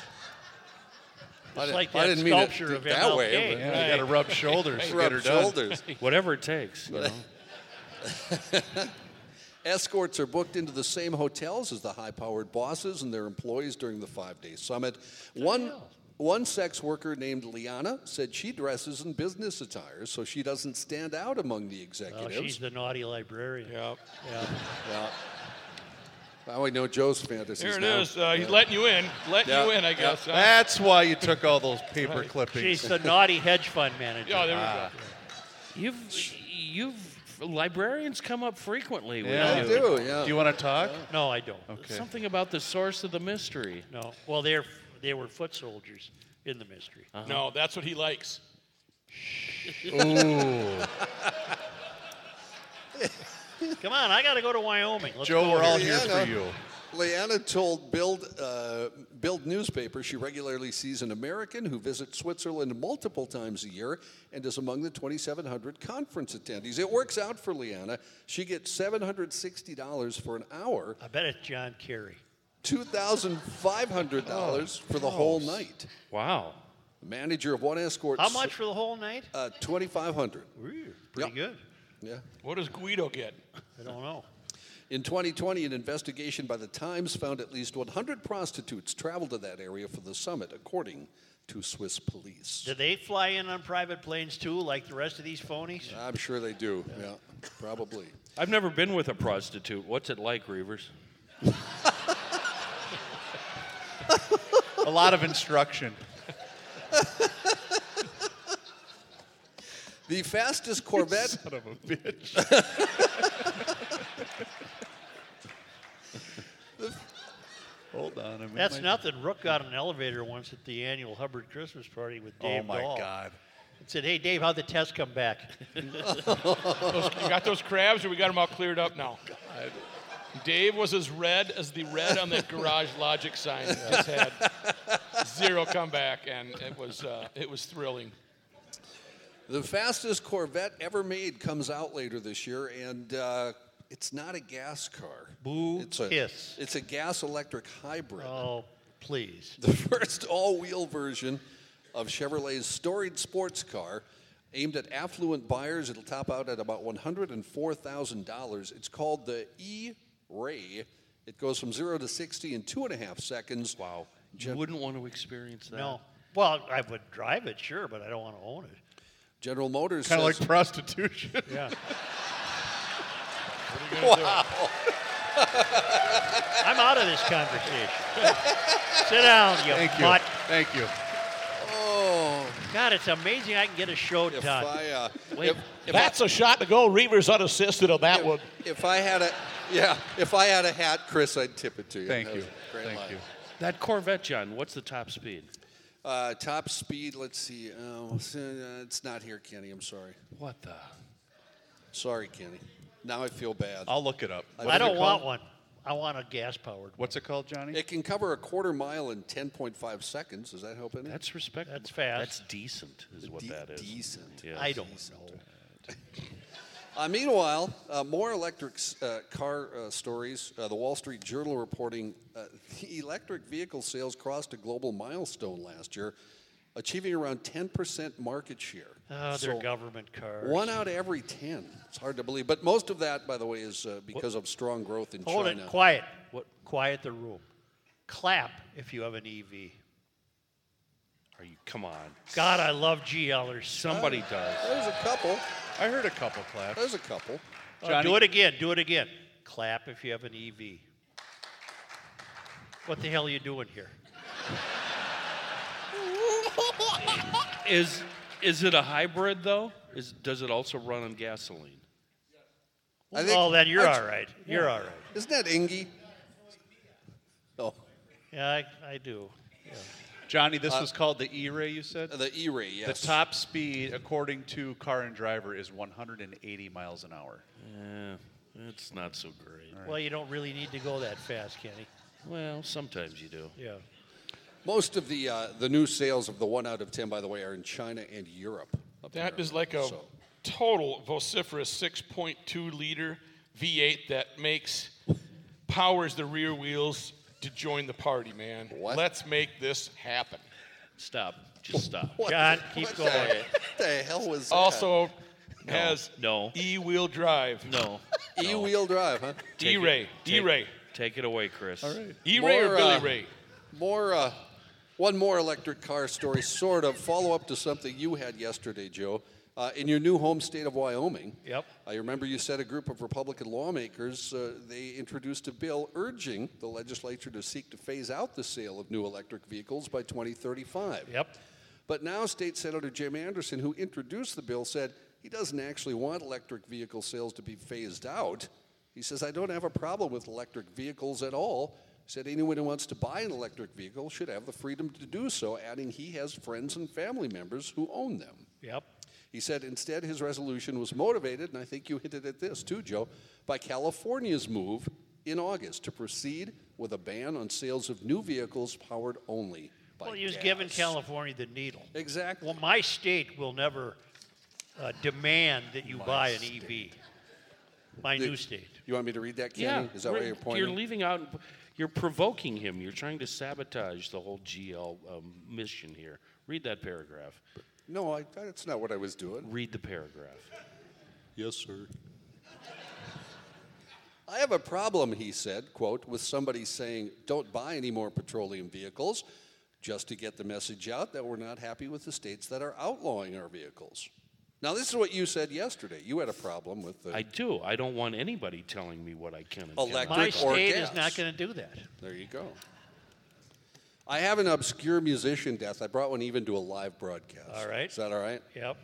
S8: I
S2: It's
S8: didn't-
S2: like
S8: I
S2: that
S8: didn't mean it
S2: sculpture of
S8: that way,
S2: MLK.
S8: but-
S2: Yeah, you gotta rub shoulders to
S8: Rub
S2: get her done.
S8: shoulders.
S4: Whatever it takes. You know?
S8: Escorts are booked into the same hotels as the high powered bosses and their employees during the five day summit. One, one sex worker named Liana said she dresses in business attire so she doesn't stand out among the
S2: Oh,
S8: executives.
S2: she's the naughty librarian.
S6: Yep.
S2: Yeah.
S8: yeah. Now we know Joe's fantasies.
S6: There it
S8: now.
S6: is. Uh, he's letting you in. Letting
S8: Yeah.
S6: you in, I
S8: Yeah.
S6: guess. huh?
S3: That's why you took all those paper
S6: Right.
S3: clippings.
S2: She's the naughty hedge fund
S8: Ah.
S2: manager.
S6: Yeah, there we go.
S4: You've you've librarians come up frequently. with
S3: Yeah.
S4: you.
S3: They do, yeah. Do you wanna talk?
S2: No, I don't.
S3: Okay.
S4: Something about the source of the mystery.
S2: No. Well, they're they were foot soldiers in the mystery.
S6: No, that's what he likes.
S2: Come on, I got to go to Wyoming. Let's go there.
S8: Leanna told Build, uh, Build newspaper she regularly sees an American who visits Switzerland multiple times a year and is among the 2,700 conference attendees. It works out for Leanna. She gets $760 for an hour,
S2: I bet it's John Kerry.
S8: $2,500
S2: Oh,
S8: for the whole night.
S4: Wow.
S8: Manager of one escort.
S2: How much for the whole night?
S8: Uh, 2500
S2: Ooh, pretty good.
S8: Yeah.
S6: What does Guido get?
S2: I don't know.
S8: In 2020, an investigation by the Times found at least 100 prostitutes traveled to that area for the summit, according to Swiss police.
S2: Do they fly in on private planes too, like the rest of these phonies?
S8: I'm sure they do. Yeah, probably.
S4: I've never been with a prostitute. What's it like, Reavers?
S3: a lot
S8: (laughs)
S3: of instruction.
S8: The fastest Corvette.
S3: Son of a
S8: (laughs)
S3: bitch. Hold on. I'm
S2: That's nothing. Rook got an elevator once at the annual Hubbard Christmas party with
S3: Oh,
S2: Dave
S3: my
S2: Dahl.
S3: God.
S2: And said, hey, Dave, how'd the test come back?
S3: (laughs)
S6: Those- you got those crabs, or we got them all cleared up now? Dave was as red as the red on that Garage Logic sign. He just had zero comeback, and it was uh, it was thrilling.
S8: The fastest Corvette ever made comes out later this year, and uh, it's not a gas car.
S2: Boo
S8: It's a,
S2: hiss.
S8: It's a gas electric hybrid.
S2: Oh, please.
S8: (laughs) The first all wheel version of Chevrolet's storied sports car. Aimed at affluent buyers, it'll top out at about $104,000. It's called the E Ray. It goes from zero to 60 in two and a half seconds. Wow.
S4: You wouldn't want to experience that.
S2: No. Well, I would drive it, sure, but I don't want to own it.
S8: General Motors
S3: Kind of
S8: says-
S3: like prostitution.
S2: Yeah.
S8: Wow.
S2: I'm out of this
S3: (laughs)
S2: conversation. Sit down, you
S3: Thank you.
S2: mutt.
S3: Thank you.
S8: Oh,
S2: God, it's amazing I can get a show
S8: if
S2: done.
S8: I, uh,
S4: Wait.
S8: if, if I-
S7: That's a shot to go. Reavers unassisted on that one.
S8: If I had a, yeah, if I had a hat, Chris, I'd tip it to you.
S3: Thank
S8: That
S3: you.
S8: was a great
S3: Thank
S8: line.
S3: you.
S4: That Corvette, John. What's the top speed?
S8: Uh, top speed. Let's see. Oh, it's, uh, it's not here, Kenny. I'm sorry.
S4: What the?
S8: Sorry, Kenny. Now I feel bad.
S3: I'll look it up.
S2: I don't want one. I want a gas powered one.
S3: What's it called, Johnny?
S8: It can cover a quarter mile in 10.5 seconds. Does that help any?
S4: That's respectable.
S2: That's fast.
S4: That's decent, is what
S8: De-
S4: that is.
S8: decent.
S4: Yeah.
S2: I don't know.
S8: Uh, meanwhile, uh, more electric s- uh, car uh, stories. Uh, the Wall Street Journal reporting uh, (laughs) the electric vehicle sales crossed a global milestone last year, achieving around 10% market share.
S2: Oh, they're
S8: So
S2: government cars.
S8: One out of every 10. It's hard to believe. But most of that, by the way, is uh, because of strong growth in
S2: Hold
S8: China.
S2: it, quiet. What? Quiet the room. Clap if you have an E EV.
S4: Are you? Come on.
S2: God, I love GLers.
S4: Somebody
S8: Uh,
S4: does.
S8: There's a couple.
S3: I heard a couple claps.
S8: There's a couple.
S2: Oh, do it again. Do it again. Clap if you have an EV. What the hell are you doing here?
S4: Is is it a hybrid though? Is does it also run on gasoline?
S8: I think-
S2: well, then you're
S8: aren't
S2: all
S8: you-
S2: right. You're
S8: Yeah.
S2: all right.
S8: Isn't that Ingy? Oh.
S2: Yeah, I, I do. Yeah.
S3: Johnny, this
S2: Uh,
S3: was called the E-Ray. You said
S8: the E-Ray. yes.
S3: The top speed, according to Car and Driver, is 180 miles an hour.
S4: Yeah, Eh, it's not so great.
S2: Well, you don't really need to go that fast, Kenny.
S4: Well, sometimes you do.
S2: Yeah.
S8: Most of the uh, the new sales of the one out of ten, by the way, are in China and Europe.
S17: That is like a total vociferous 6.2 liter V8 that makes powers the rear wheels to join the party, man. Let's make this happen.
S4: Stop. Just stop.
S8: What
S17: John,
S8: the-
S17: keep
S8: what
S17: going.
S8: The, what the hell was that?
S17: Also has
S4: no
S17: e-wheel drive.
S4: (laughs) No.
S8: E-wheel drive, huh?
S4: Take it-
S17: E-Ray.
S4: take-
S17: E-Ray.
S4: Take it away, Chris.
S8: All right.
S17: E-Ray or
S8: More,
S17: Billy
S8: uh,
S17: Ray?
S8: More, uh, one more electric car story, sort of follow up to something you had yesterday, Joe. Uh, in your new home state of Wyoming,
S2: Yep.
S8: I remember you said a group of Republican lawmakers uh, they introduced a bill urging the legislature to seek to phase out the sale of new electric vehicles by 2035.
S2: Yep.
S8: But now State Senator Jim Anderson, who introduced the bill, said he doesn't actually want electric vehicle sales to be phased out. He says, I don't have a problem with electric vehicles at all. He said anyone who wants to buy an electric vehicle should have the freedom to do so, adding he has friends and family members who own them.
S2: Yep.
S8: He said instead his resolution was motivated, and I think you hinted at this too, Joe, by California's move in August to proceed with a ban on sales of new vehicles powered only by
S2: Well, he was
S8: gas.
S2: giving California the needle.
S8: Exactly.
S2: Well, my state will never uh, demand that you
S8: My
S2: buy an
S8: state.
S2: EV. My
S8: The-
S2: new state.
S8: You want me to read that,
S4: Yeah.
S8: Kenny? Is that what
S4: Rick,
S8: you're pointing?
S4: You're leaving out. You're provoking him. You're trying to sabotage the whole GL um, mission here. Read that paragraph.
S8: No, I, that's not what I was doing.
S4: Read the paragraph.
S8: Yes, sir. I have a problem, he said, quote, with somebody saying, don't buy any more petroleum vehicles, just to get the message out that we're not happy with the states that are outlawing our vehicles. Now, this is what you said yesterday. You had a problem with the.
S4: I do. I don't want anybody telling me what I can and cannot.
S8: Electric
S2: My
S8: or
S2: state
S8: gas.
S2: is not going to do that.
S8: There you go. I have an obscure musician death. I brought one even to a live broadcast. All right. Is that all right?
S2: Yep.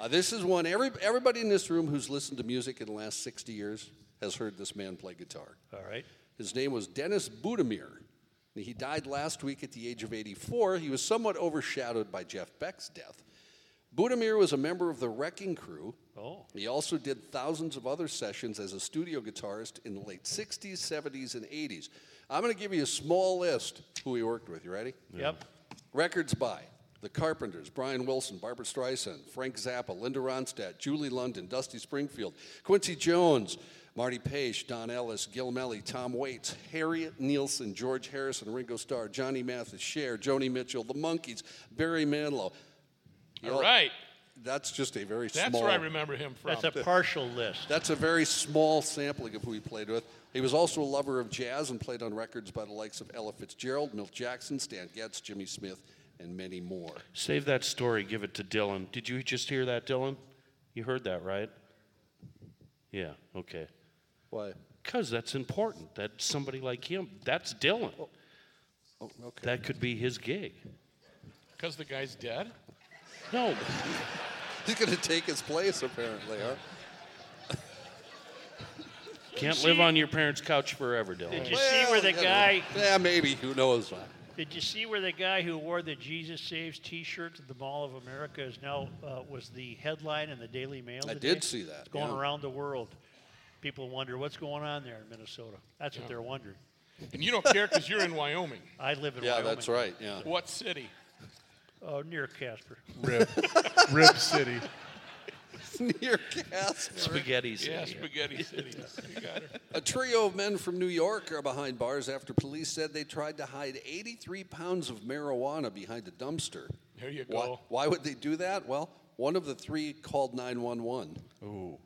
S8: Uh, this is one every, everybody in this room who's listened to music in the last 60 years has heard this man play guitar.
S2: All right.
S8: His name was Dennis Budimir. He died last week at the age of 84. He was somewhat overshadowed by Jeff Beck's death. Budimir was a member of the Wrecking Crew.
S2: Oh.
S8: He also did thousands of other sessions as a studio guitarist in the late 60s, 70s, and 80s. I'm going to give you a small list who he worked with. You ready?
S2: Yep.
S8: Records by The Carpenters, Brian Wilson, Barbara Streisand, Frank Zappa, Linda Ronstadt, Julie London, Dusty Springfield, Quincy Jones, Marty Page, Don Ellis, Gil Melly, Tom Waits, Harriet Nielsen, George Harrison, Ringo Starr, Johnny Mathis, Cher, Joni Mitchell, The Monkees, Barry Manilow.
S17: All right.
S8: That's just a very
S17: That's
S8: small.
S17: where I remember him from.
S2: That's a partial list.
S8: That's a very small sampling of who he played with. He was also a lover of jazz and played on records by the likes of Ella Fitzgerald, Milt Jackson, Stan Getz, Jimmy Smith, and many more.
S4: Save that story. Give it to Dylan. Did you just hear that, Dylan? You heard that, right? Yeah. Okay.
S8: Why?
S4: Because that's important. That somebody like him. That's Dylan.
S8: Oh, okay.
S4: That could be his gig.
S17: Because the guy's dead?
S4: No.
S8: He's going to take his place, apparently, huh?
S4: Can't
S2: See-
S4: live on your parents' couch forever, Dylan.
S2: Did you see where the
S8: Well,
S2: guy?
S8: Yeah, maybe. Who knows?
S2: Did you see where the guy who wore the Jesus Saves T-shirt at the Mall of America is now uh, was the headline in the Daily Mail?
S8: I
S2: today?
S8: did see that,
S2: It's going
S8: yeah.
S2: around the world. People wonder what's going on there in Minnesota. That's
S17: Yeah.
S2: what they're wondering.
S17: And you don't care because you're in Wyoming.
S2: I live in
S8: Yeah,
S2: Wyoming.
S8: that's right. Yeah. (laughs)
S17: What city?
S2: Oh, near Casper.
S17: Rip.
S3: Rip City.
S8: near Casper.
S4: Spaghetti City.
S6: Yeah, Spaghetti City. You got her.
S8: A trio of men from New York are behind bars after police said they tried to hide 83 pounds of marijuana behind a dumpster.
S6: There you
S8: Why-
S6: go.
S8: Why, would they do that? Well, one of the three called 911. Ooh.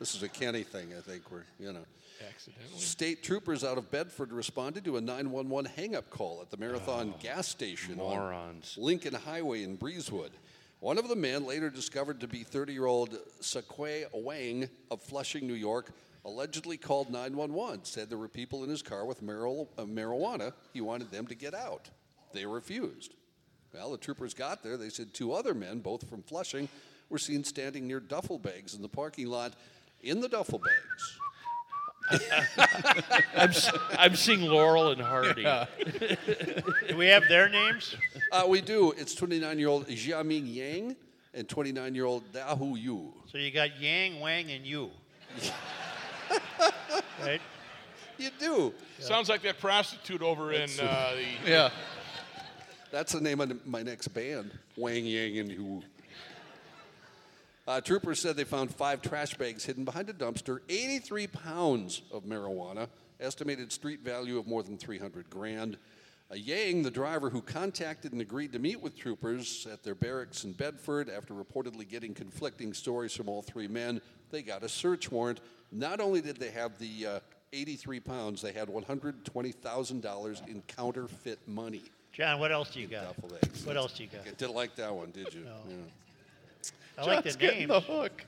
S8: This is a Kenny thing, I think. We're, you know.
S6: Accidentally.
S8: State troopers out of Bedford responded to a 911 hang up call at the Marathon gas station on Lincoln Highway in Breezewood. One of the men, later discovered to be 30 year old Sequoia Wang of Flushing, New York, allegedly called 911, said there were people in his car with mari- uh, marijuana. He wanted them to get out. They refused. Well, the troopers got there. They said two other men, both from Flushing, were seen standing near duffel bags in the parking lot in the duffel bags.
S4: I'm, s- I'm seeing Laurel and Hardy.
S2: do we have their names?
S8: Uh, we do. It's 29 year old Xiaming Yang and 29 year old Dahu Yu.
S2: So you got Yang, Wang,
S8: (laughs)
S2: and you. right?
S8: You do.
S6: Sounds like that prostitute over in
S8: That's-
S6: uh, the.
S8: That's the name of my next band, Wang Yang and Hu. Uh, troopers said they found five trash bags hidden behind a dumpster, 83 pounds of marijuana, estimated street value of more than 300 grand. Uh, Yang, the driver who contacted and agreed to meet with troopers at their barracks in Bedford after reportedly getting conflicting stories from all three men, they got a search warrant. Not only did they have the uh, 83 pounds, they had $120,000 in counterfeit money.
S2: John, what else do you got? What else do you got?
S8: You didn't like that one, did you? Yeah.
S2: I like the
S8: John's getting
S2: name.
S8: the
S2: hook.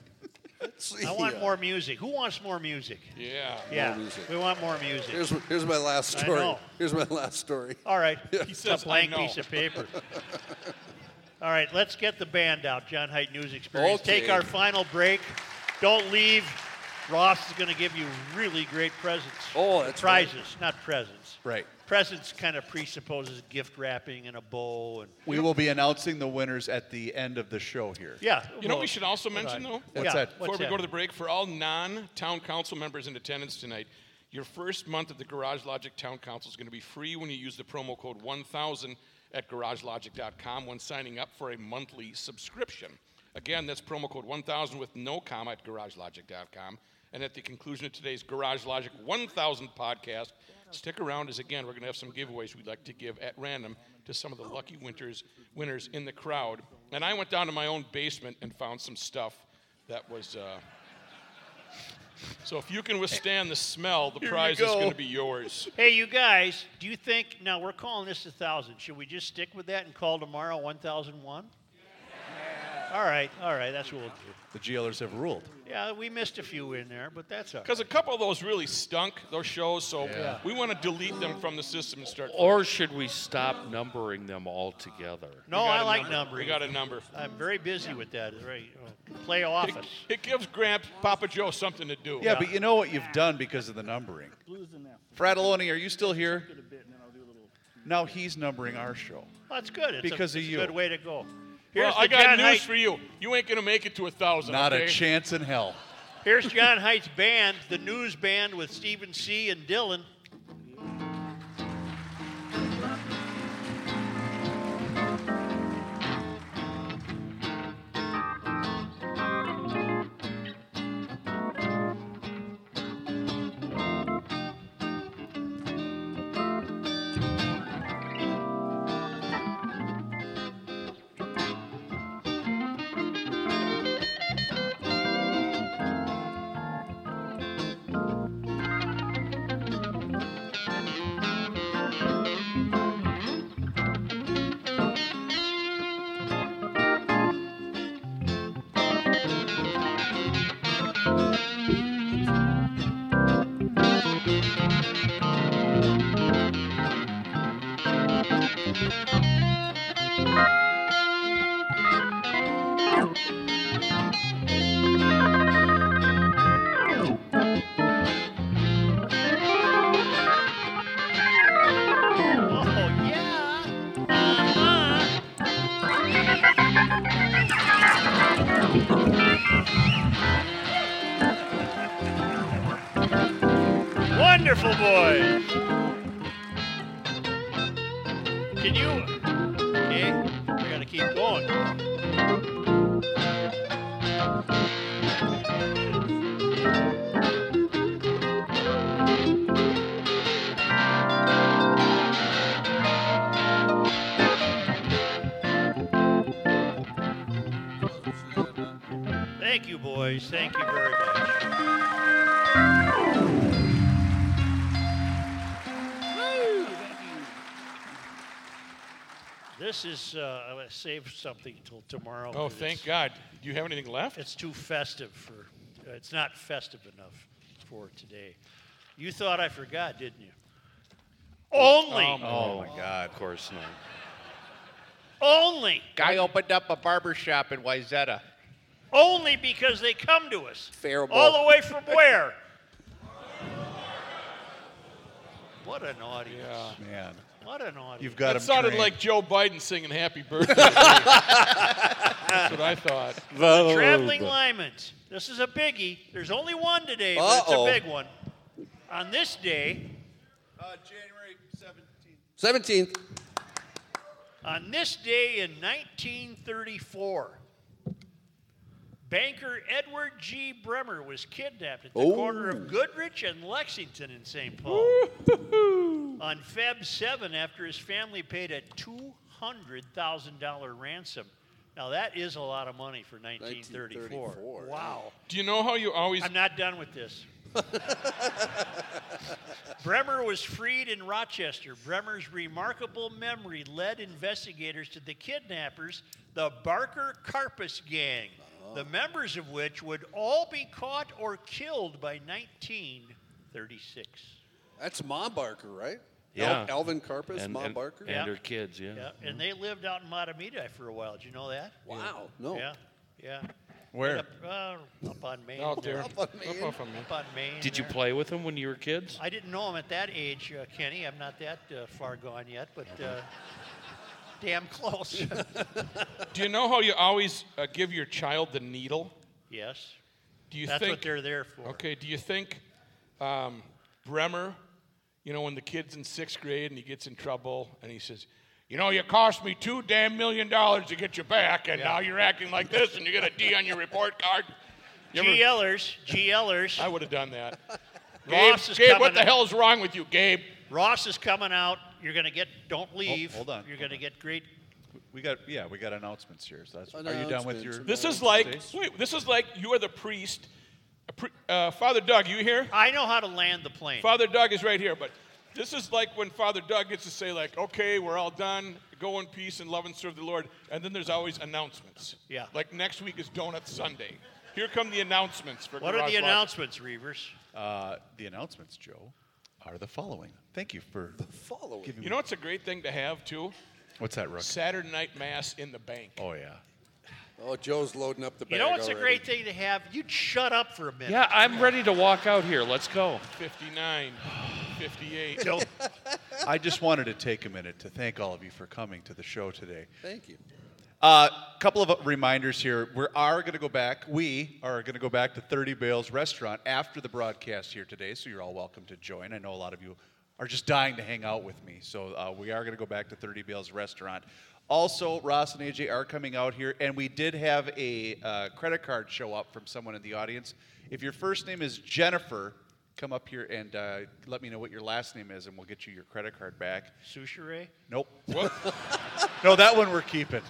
S8: see uh,
S2: I want
S8: ya.
S2: more music. Who wants more music?
S6: Yeah.
S2: Yeah.
S8: More music.
S2: We want more music.
S8: Here's, here's my last
S2: I
S8: story.
S2: know.
S8: Here's my last story. (laughs)
S2: All right.
S8: Yeah.
S2: It's a blank piece
S8: (laughs)
S2: of paper. All right, let's get the band out. John Height News Experience.
S8: Okay.
S2: Take our final break. Don't leave. Ross is going to give you really great presents. Oh,
S8: that's right.
S2: prizes, not presents.
S3: Right.
S2: Presents kind of presupposes gift wrapping and a bow and
S3: We will be announcing the winners at the end of the show here.
S2: yeah.
S6: You know,
S2: well,
S6: what we should also
S2: all
S6: mention
S2: right.
S6: though.
S3: What's Yeah, that? what's
S6: Before we
S3: that?
S6: go to the break, for all non-town council members in attendance tonight, your first month at the Garage Logic Town Council is going to be free when you use the promo code 1000 at garagelogic.com when signing up for a monthly subscription. Again, that's promo code 1000 with no comma at garagelogic.com. And at the conclusion of today's Garage Logic 1000 podcast, stick around as again we're going to have some giveaways we'd like to give at random to some of the lucky winters winners in the crowd. And I went down to my own basement and found some stuff that was. Uh, so if you can withstand the smell, the
S2: Here you
S6: prize is
S2: go.
S6: going to be
S2: (laughs)
S6: yours.
S2: Hey, you guys, do you think now we're calling this a thousand? Should we just stick with that and call tomorrow one thousand one? All right, all right, that's what we'll do.
S3: The GLers have ruled.
S2: Yeah, we missed a few in there, but that's all.
S6: Because a couple of those really stunk, those shows. So
S2: Yeah. Oh,
S6: we want to delete them from the system and start.
S4: Or should we stop numbering them all together?
S2: No,
S6: We got
S2: I
S6: a
S2: like
S6: number.
S2: numbering.
S6: We got a number.
S2: I'm very busy with that. It's Right, play office.
S6: It gives Grant Papa Joe something to do.
S3: Yeah, but you know what you've done because of the numbering. Fratelloni, are you still here? Now he's numbering our show.
S2: That's good. It's
S3: Because
S2: a,
S3: of
S2: it's
S3: you.
S2: a good way to go.
S6: Well,
S2: Here's
S6: I
S2: the
S6: got
S2: John
S6: news
S2: Height-
S6: for you. You ain't going to make it to a thousand.
S3: Not
S6: okay?
S3: a chance in hell.
S2: Here's John Height's band, the News Band, with Stephen C. and Dylan. Wonderful boys. Can you? Okay, we gotta keep going. Thank you, boys. Thank you very much. This is, uh, I wanna save something till tomorrow.
S6: Oh,
S2: 'cause
S6: thank
S2: it's-
S6: God. Do you have anything left?
S2: It's too festive for, uh, it's not festive enough for today. You thought I forgot, didn't you? Only.
S6: Um,
S4: Oh, my God. Of course not.
S2: Only.
S12: Guy opened up a barber shop in Wyzetta.
S2: Only because they come to us. All the way from where? what an audience.
S3: Man.
S2: What an audience.
S3: You've got
S6: It
S3: 'em
S6: sounded
S3: trained.
S6: like Joe Biden singing "Happy Birthday."
S2: (laughs)
S6: to me. That's what I thought.
S2: The traveling Lyman's. This is a biggie. There's only one today, but
S8: Uh-oh.
S2: it's a big one. On this day,
S3: Uh,
S8: Seventeenth.
S2: on this day in 1934, banker Edward G. Bremer was kidnapped at the
S8: Oh.
S2: corner of Goodrich and Lexington in St. Paul on Feb 7 after his family paid a $200,000 ransom. Now, that is a lot of money for 1934.
S6: 1934.
S2: Wow.
S6: Do you know how you always?
S2: I'm not done
S4: (laughs)
S2: with this. Bremer was freed in Rochester. Bremer's remarkable memory led investigators to the kidnappers, the Barker Carpus Gang,
S4: Oh.
S2: the members of which would all be caught or killed by 1936.
S8: That's Ma Barker, right?
S4: Yeah.
S8: Al- Alvin Karpus,
S4: And-
S8: Ma
S4: and-
S8: Barker.
S4: And their kids, yeah.
S2: Yeah, and they lived out in Matamidi for a while. Did you know that?
S8: Wow. No.
S2: Yeah, yeah.
S4: Where?
S2: Up, uh, up on Maine.
S6: Out there. Up
S2: Up on
S6: on
S2: Maine.
S6: Up off of Maine.
S2: Up on Maine
S4: Did you
S2: there.
S4: play with them when you were kids?
S2: I didn't know him at that age, uh, Kenny. I'm not that uh, far gone yet, but uh, damn close.
S6: Do you know how you always uh, give your child the needle?
S2: (laughs) yes.
S6: Do you
S2: That's
S6: think
S2: what they're there for.
S6: Okay. Do you think um, Bremer, you know, when the kid's in sixth grade and he gets in trouble and he says, "You know, you cost me two damn million dollars to get you back, and
S12: Yeah.
S6: now you're acting like this, and you got a D on your report card." You ever-
S2: GLers, GLers.
S6: I would have done
S2: (laughs)
S6: that. Gabe,
S2: Ross is
S6: Gabe
S2: coming
S6: what the
S2: up.
S6: hell's wrong with you, Gabe?
S2: Ross is coming out. You're gonna get. Don't leave.
S3: hold on,
S2: You're gonna get great.
S3: We got yeah, we got announcements here. So that's, are you done with your?
S6: This is like wait. This is like you are the priest. A pri- Uh, Father Doug, you here?
S2: I know how to land the plane.
S6: Father Doug is right here, but this is like when Father Doug gets to say like, "Okay, we're all done. Go in peace and love and serve the Lord." And then there's always announcements.
S2: Yeah.
S6: Like next week is Donut Sunday. Here come the announcements for.
S2: What are
S6: Garage
S2: the
S6: Logic.
S2: announcements, Reavers?
S3: Uh, the announcements, Joe, are the following. Thank you for the following. Giving
S6: You know, it's a great thing to have too.
S3: what's that, Rook?
S6: Saturday night mass in the bank.
S3: Oh yeah.
S8: Oh, Joe's loading up the.
S2: You
S8: Bag
S2: know what's a
S8: already.
S2: great thing to have? You'd shut up for a minute.
S4: Yeah, I'm ready to walk out here. Let's go.
S6: 59, 58.
S3: I just wanted to take a minute to thank all of you for coming to the show today.
S8: Thank you.
S3: A Uh, couple of reminders here. We are going to go back. We are going to go back to 30 Bales Restaurant after the broadcast here today, so you're all welcome to join. I know a lot of you are just dying to hang out with me, so uh, we are going to go back to 30 Bales Restaurant. Also, Ross and AJ are coming out here, and we did have a uh, credit card show up from someone in the audience. If your first name is Jennifer, come up here and uh, let me know what your last name is, and we'll get you your credit card back.
S2: Suchere?
S3: Nope. (laughs) no, that one we're keeping.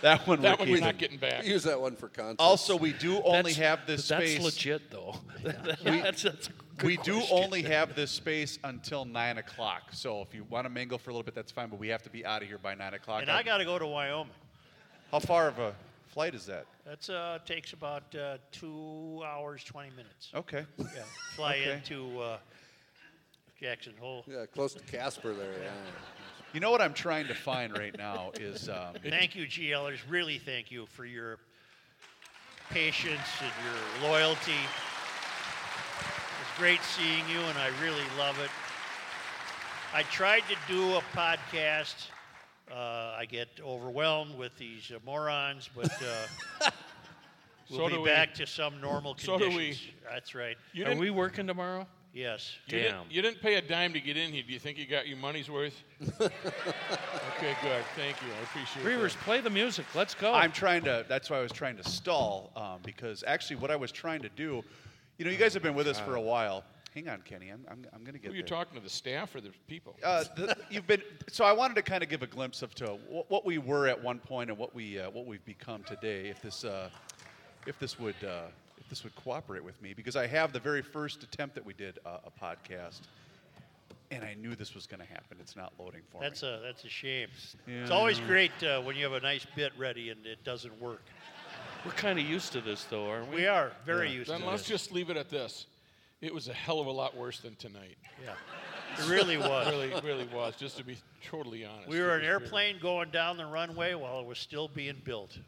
S3: That one
S6: That
S3: we're
S6: one we're
S3: keeping.
S6: not getting back.
S8: Use that one for content.
S3: Also, we do only have this
S4: but that's
S3: space.
S4: legit, though. (laughs) That's- that's- that's a good
S3: we do
S4: question.
S3: only have this space until nine o'clock. So if you want to mingle for a little bit, that's fine. But we have to be out of here by nine o'clock.
S2: And I got to go to Wyoming.
S3: How far of a flight is that?
S2: That's uh, takes about uh, two hours twenty minutes.
S3: Okay.
S2: Yeah, fly
S3: Okay.
S2: into uh, Jackson Hole.
S8: Yeah, close to Casper there. Yeah.
S3: You know what I'm trying to find right now is um,
S2: Thank you, GLers. Really, thank you for your patience and your loyalty. It's great seeing you, and I really love it. I tried to do a podcast. Uh, I get overwhelmed with these uh, morons, but
S6: (laughs)
S2: uh, we'll
S6: So do
S2: be
S6: we.
S2: back to some normal
S6: So do
S2: conditions.
S6: we.
S2: That's right.
S6: You
S4: Are
S6: didn't-
S4: we working tomorrow?
S2: Yes.
S6: You didn't, you didn't pay a dime to get in here. Do you think you got your money's worth? okay, good. Thank you. I appreciate it.
S4: Reavers, play the music. Let's go.
S3: (laughs) I'm trying to. That's why I was trying to stall um, because actually, what I was trying to do, you know, you guys have been with us for a while. Hang on, Kenny. I'm, I'm, I'm going to get.
S6: Who are you
S3: there.
S6: talking to, the staff or the people?
S3: Uh, the, you've been so. I wanted to kind of give a glimpse of to what, what we were at one point and what we uh, what we've become today. If this uh, if this would uh, if this would cooperate with me because I have the very first attempt that we did uh, a podcast, and I knew this was going to happen. It's not loading for
S2: That's a that's a shame.
S3: Yeah,
S2: It's
S3: I
S2: always
S3: know.
S2: great uh, when you have a nice bit ready and it doesn't work.
S20: We're kind of used to this, though, aren't we?
S2: We are very used
S6: Then
S2: to
S6: let's
S2: this.
S6: just leave it at this. It was a hell of a lot worse than tonight.
S2: Yeah. It
S6: (laughs)
S2: really was.
S6: really, really was. Just to be totally honest.
S2: We were
S6: It was really-
S2: an airplane going down the runway while it was still being built.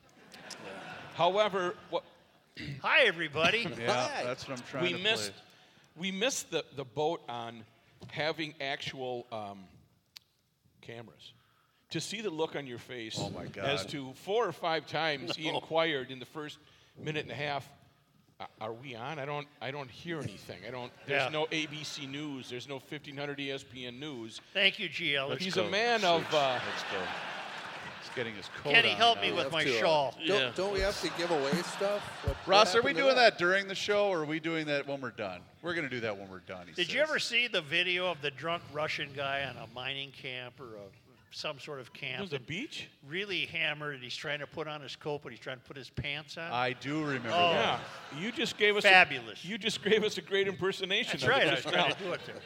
S6: However, what?
S2: Hi, everybody.
S3: (laughs) Yeah, Hi. that's what I'm trying
S6: we
S3: to play.
S6: missed, We missed the, the boat on having actual um, cameras. To see the look on your face
S3: Oh, my
S6: as
S3: God.
S6: to four or five times he
S2: (laughs)
S3: No.
S6: inquired in the first minute and a half, "A- are we on? I don't, I don't hear anything. I don't. There's
S2: Yeah.
S6: no ABC News. There's no E 1500 ESPN News.
S2: Thank you, GL. Let's
S6: He's
S2: go.
S6: a man of.
S2: Let's-
S6: Uh,
S3: let's go. He's getting his coat.
S2: Kenny,
S3: on
S2: help
S3: now.
S2: me
S3: We
S2: with
S3: have
S2: my
S3: to, uh,
S2: shawl.
S3: don't-
S8: Don't we have to give away stuff? What- what
S3: Ross, are we
S8: happened to
S3: doing that during the show, or are we doing that when we're done? We're going to do that when we're done. he
S2: Did
S3: said.
S2: you ever see the video of the drunk Russian guy on a mining camp or a, some sort of camp?
S6: There's a
S2: that
S6: beach?
S2: Really hammered, and he's trying to put on his coat, but he's trying to put his pants on.
S3: I do remember
S2: Oh.
S6: yeah.
S3: that.
S6: You just gave us a-
S2: Fabulous.
S6: you just gave us a great impersonation.
S2: That's
S6: of (laughs) it
S2: right. I was
S6: just
S2: trying
S6: now.
S2: to do it there.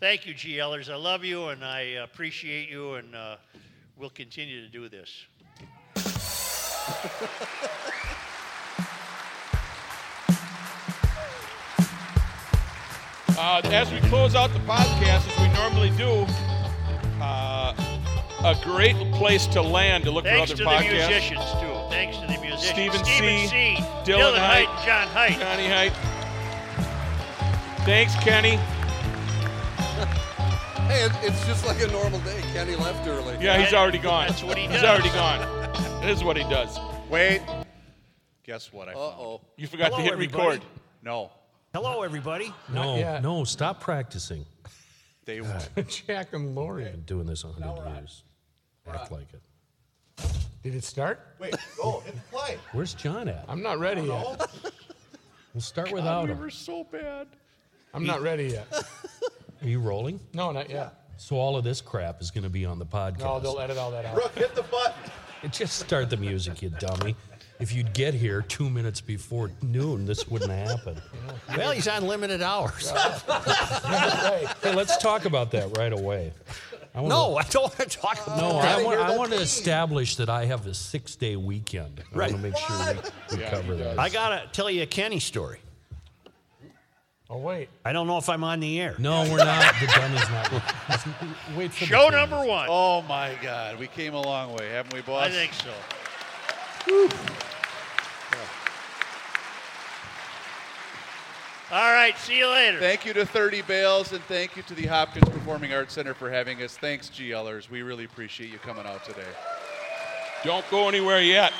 S2: Thank you, GLers. I love you, and I appreciate you, and uh, we'll continue to do this.
S6: Uh, as we close out the podcast, as we normally do, uh, a great place to land to look
S2: Thanks
S6: for
S2: to
S6: other
S2: the
S6: podcasts.
S2: musicians too. Thanks to the musicians.
S6: Stephen C.
S2: C.
S6: Dylan
S2: Dylan
S6: Hite,
S2: Hite, and John Hite.
S6: Johnny Height. Thanks, Kenny.
S8: Hey, it, it's just like a normal day. Kenny left early.
S6: Yeah, he's already gone.
S8: That's what he
S6: He's
S8: does.
S6: already gone. It is what he does.
S3: Wait. Guess what? I
S2: Oh.
S3: Uh-oh.
S6: You forgot to hit record.
S3: No.
S10: Hello, everybody.
S3: Not
S4: No,
S3: yet.
S4: no, stop practicing.
S3: They
S4: (laughs)
S3: (laughs)
S4: Jack and Lori. I've been doing this a hundred years. Act like it.
S21: Did it start?
S4: Wait, go hit play. Where's John at?
S21: I'm not ready yet.
S4: We'll start without
S21: we
S4: him.
S21: were
S3: so bad.
S21: I'm not ready yet.
S4: Are you rolling?
S21: No, not yet.
S4: So all of this crap is going to be on the podcast.
S21: No, they'll edit all that out.
S4: hit the button. Just start the music, you dummy. If you'd get here two minutes before noon, this wouldn't happen.
S10: Well, he's on limited hours.
S4: Hey, let's talk about that right away. I wanna-
S10: no, I don't want to talk about
S4: No,
S10: that.
S4: I want, I want to establish that I have a six day weekend. I
S10: Right.
S4: want to make sure we, we
S10: Yeah,
S4: cover
S10: he
S4: that.
S10: I gotta tell you a Kenny story.
S21: Oh wait.
S10: I don't know if I'm on the air.
S4: No, we're not. The gun is not. Wait for
S2: Show number one.
S3: Oh my God, we came a long way, haven't we, boss?
S2: I think so. All right, see you later.
S3: Thank you to 30 Bales and thank you to the Hopkins Performing Arts Center for having us. Thanks, GLers. We really appreciate you coming out today.
S6: Don't go anywhere yet.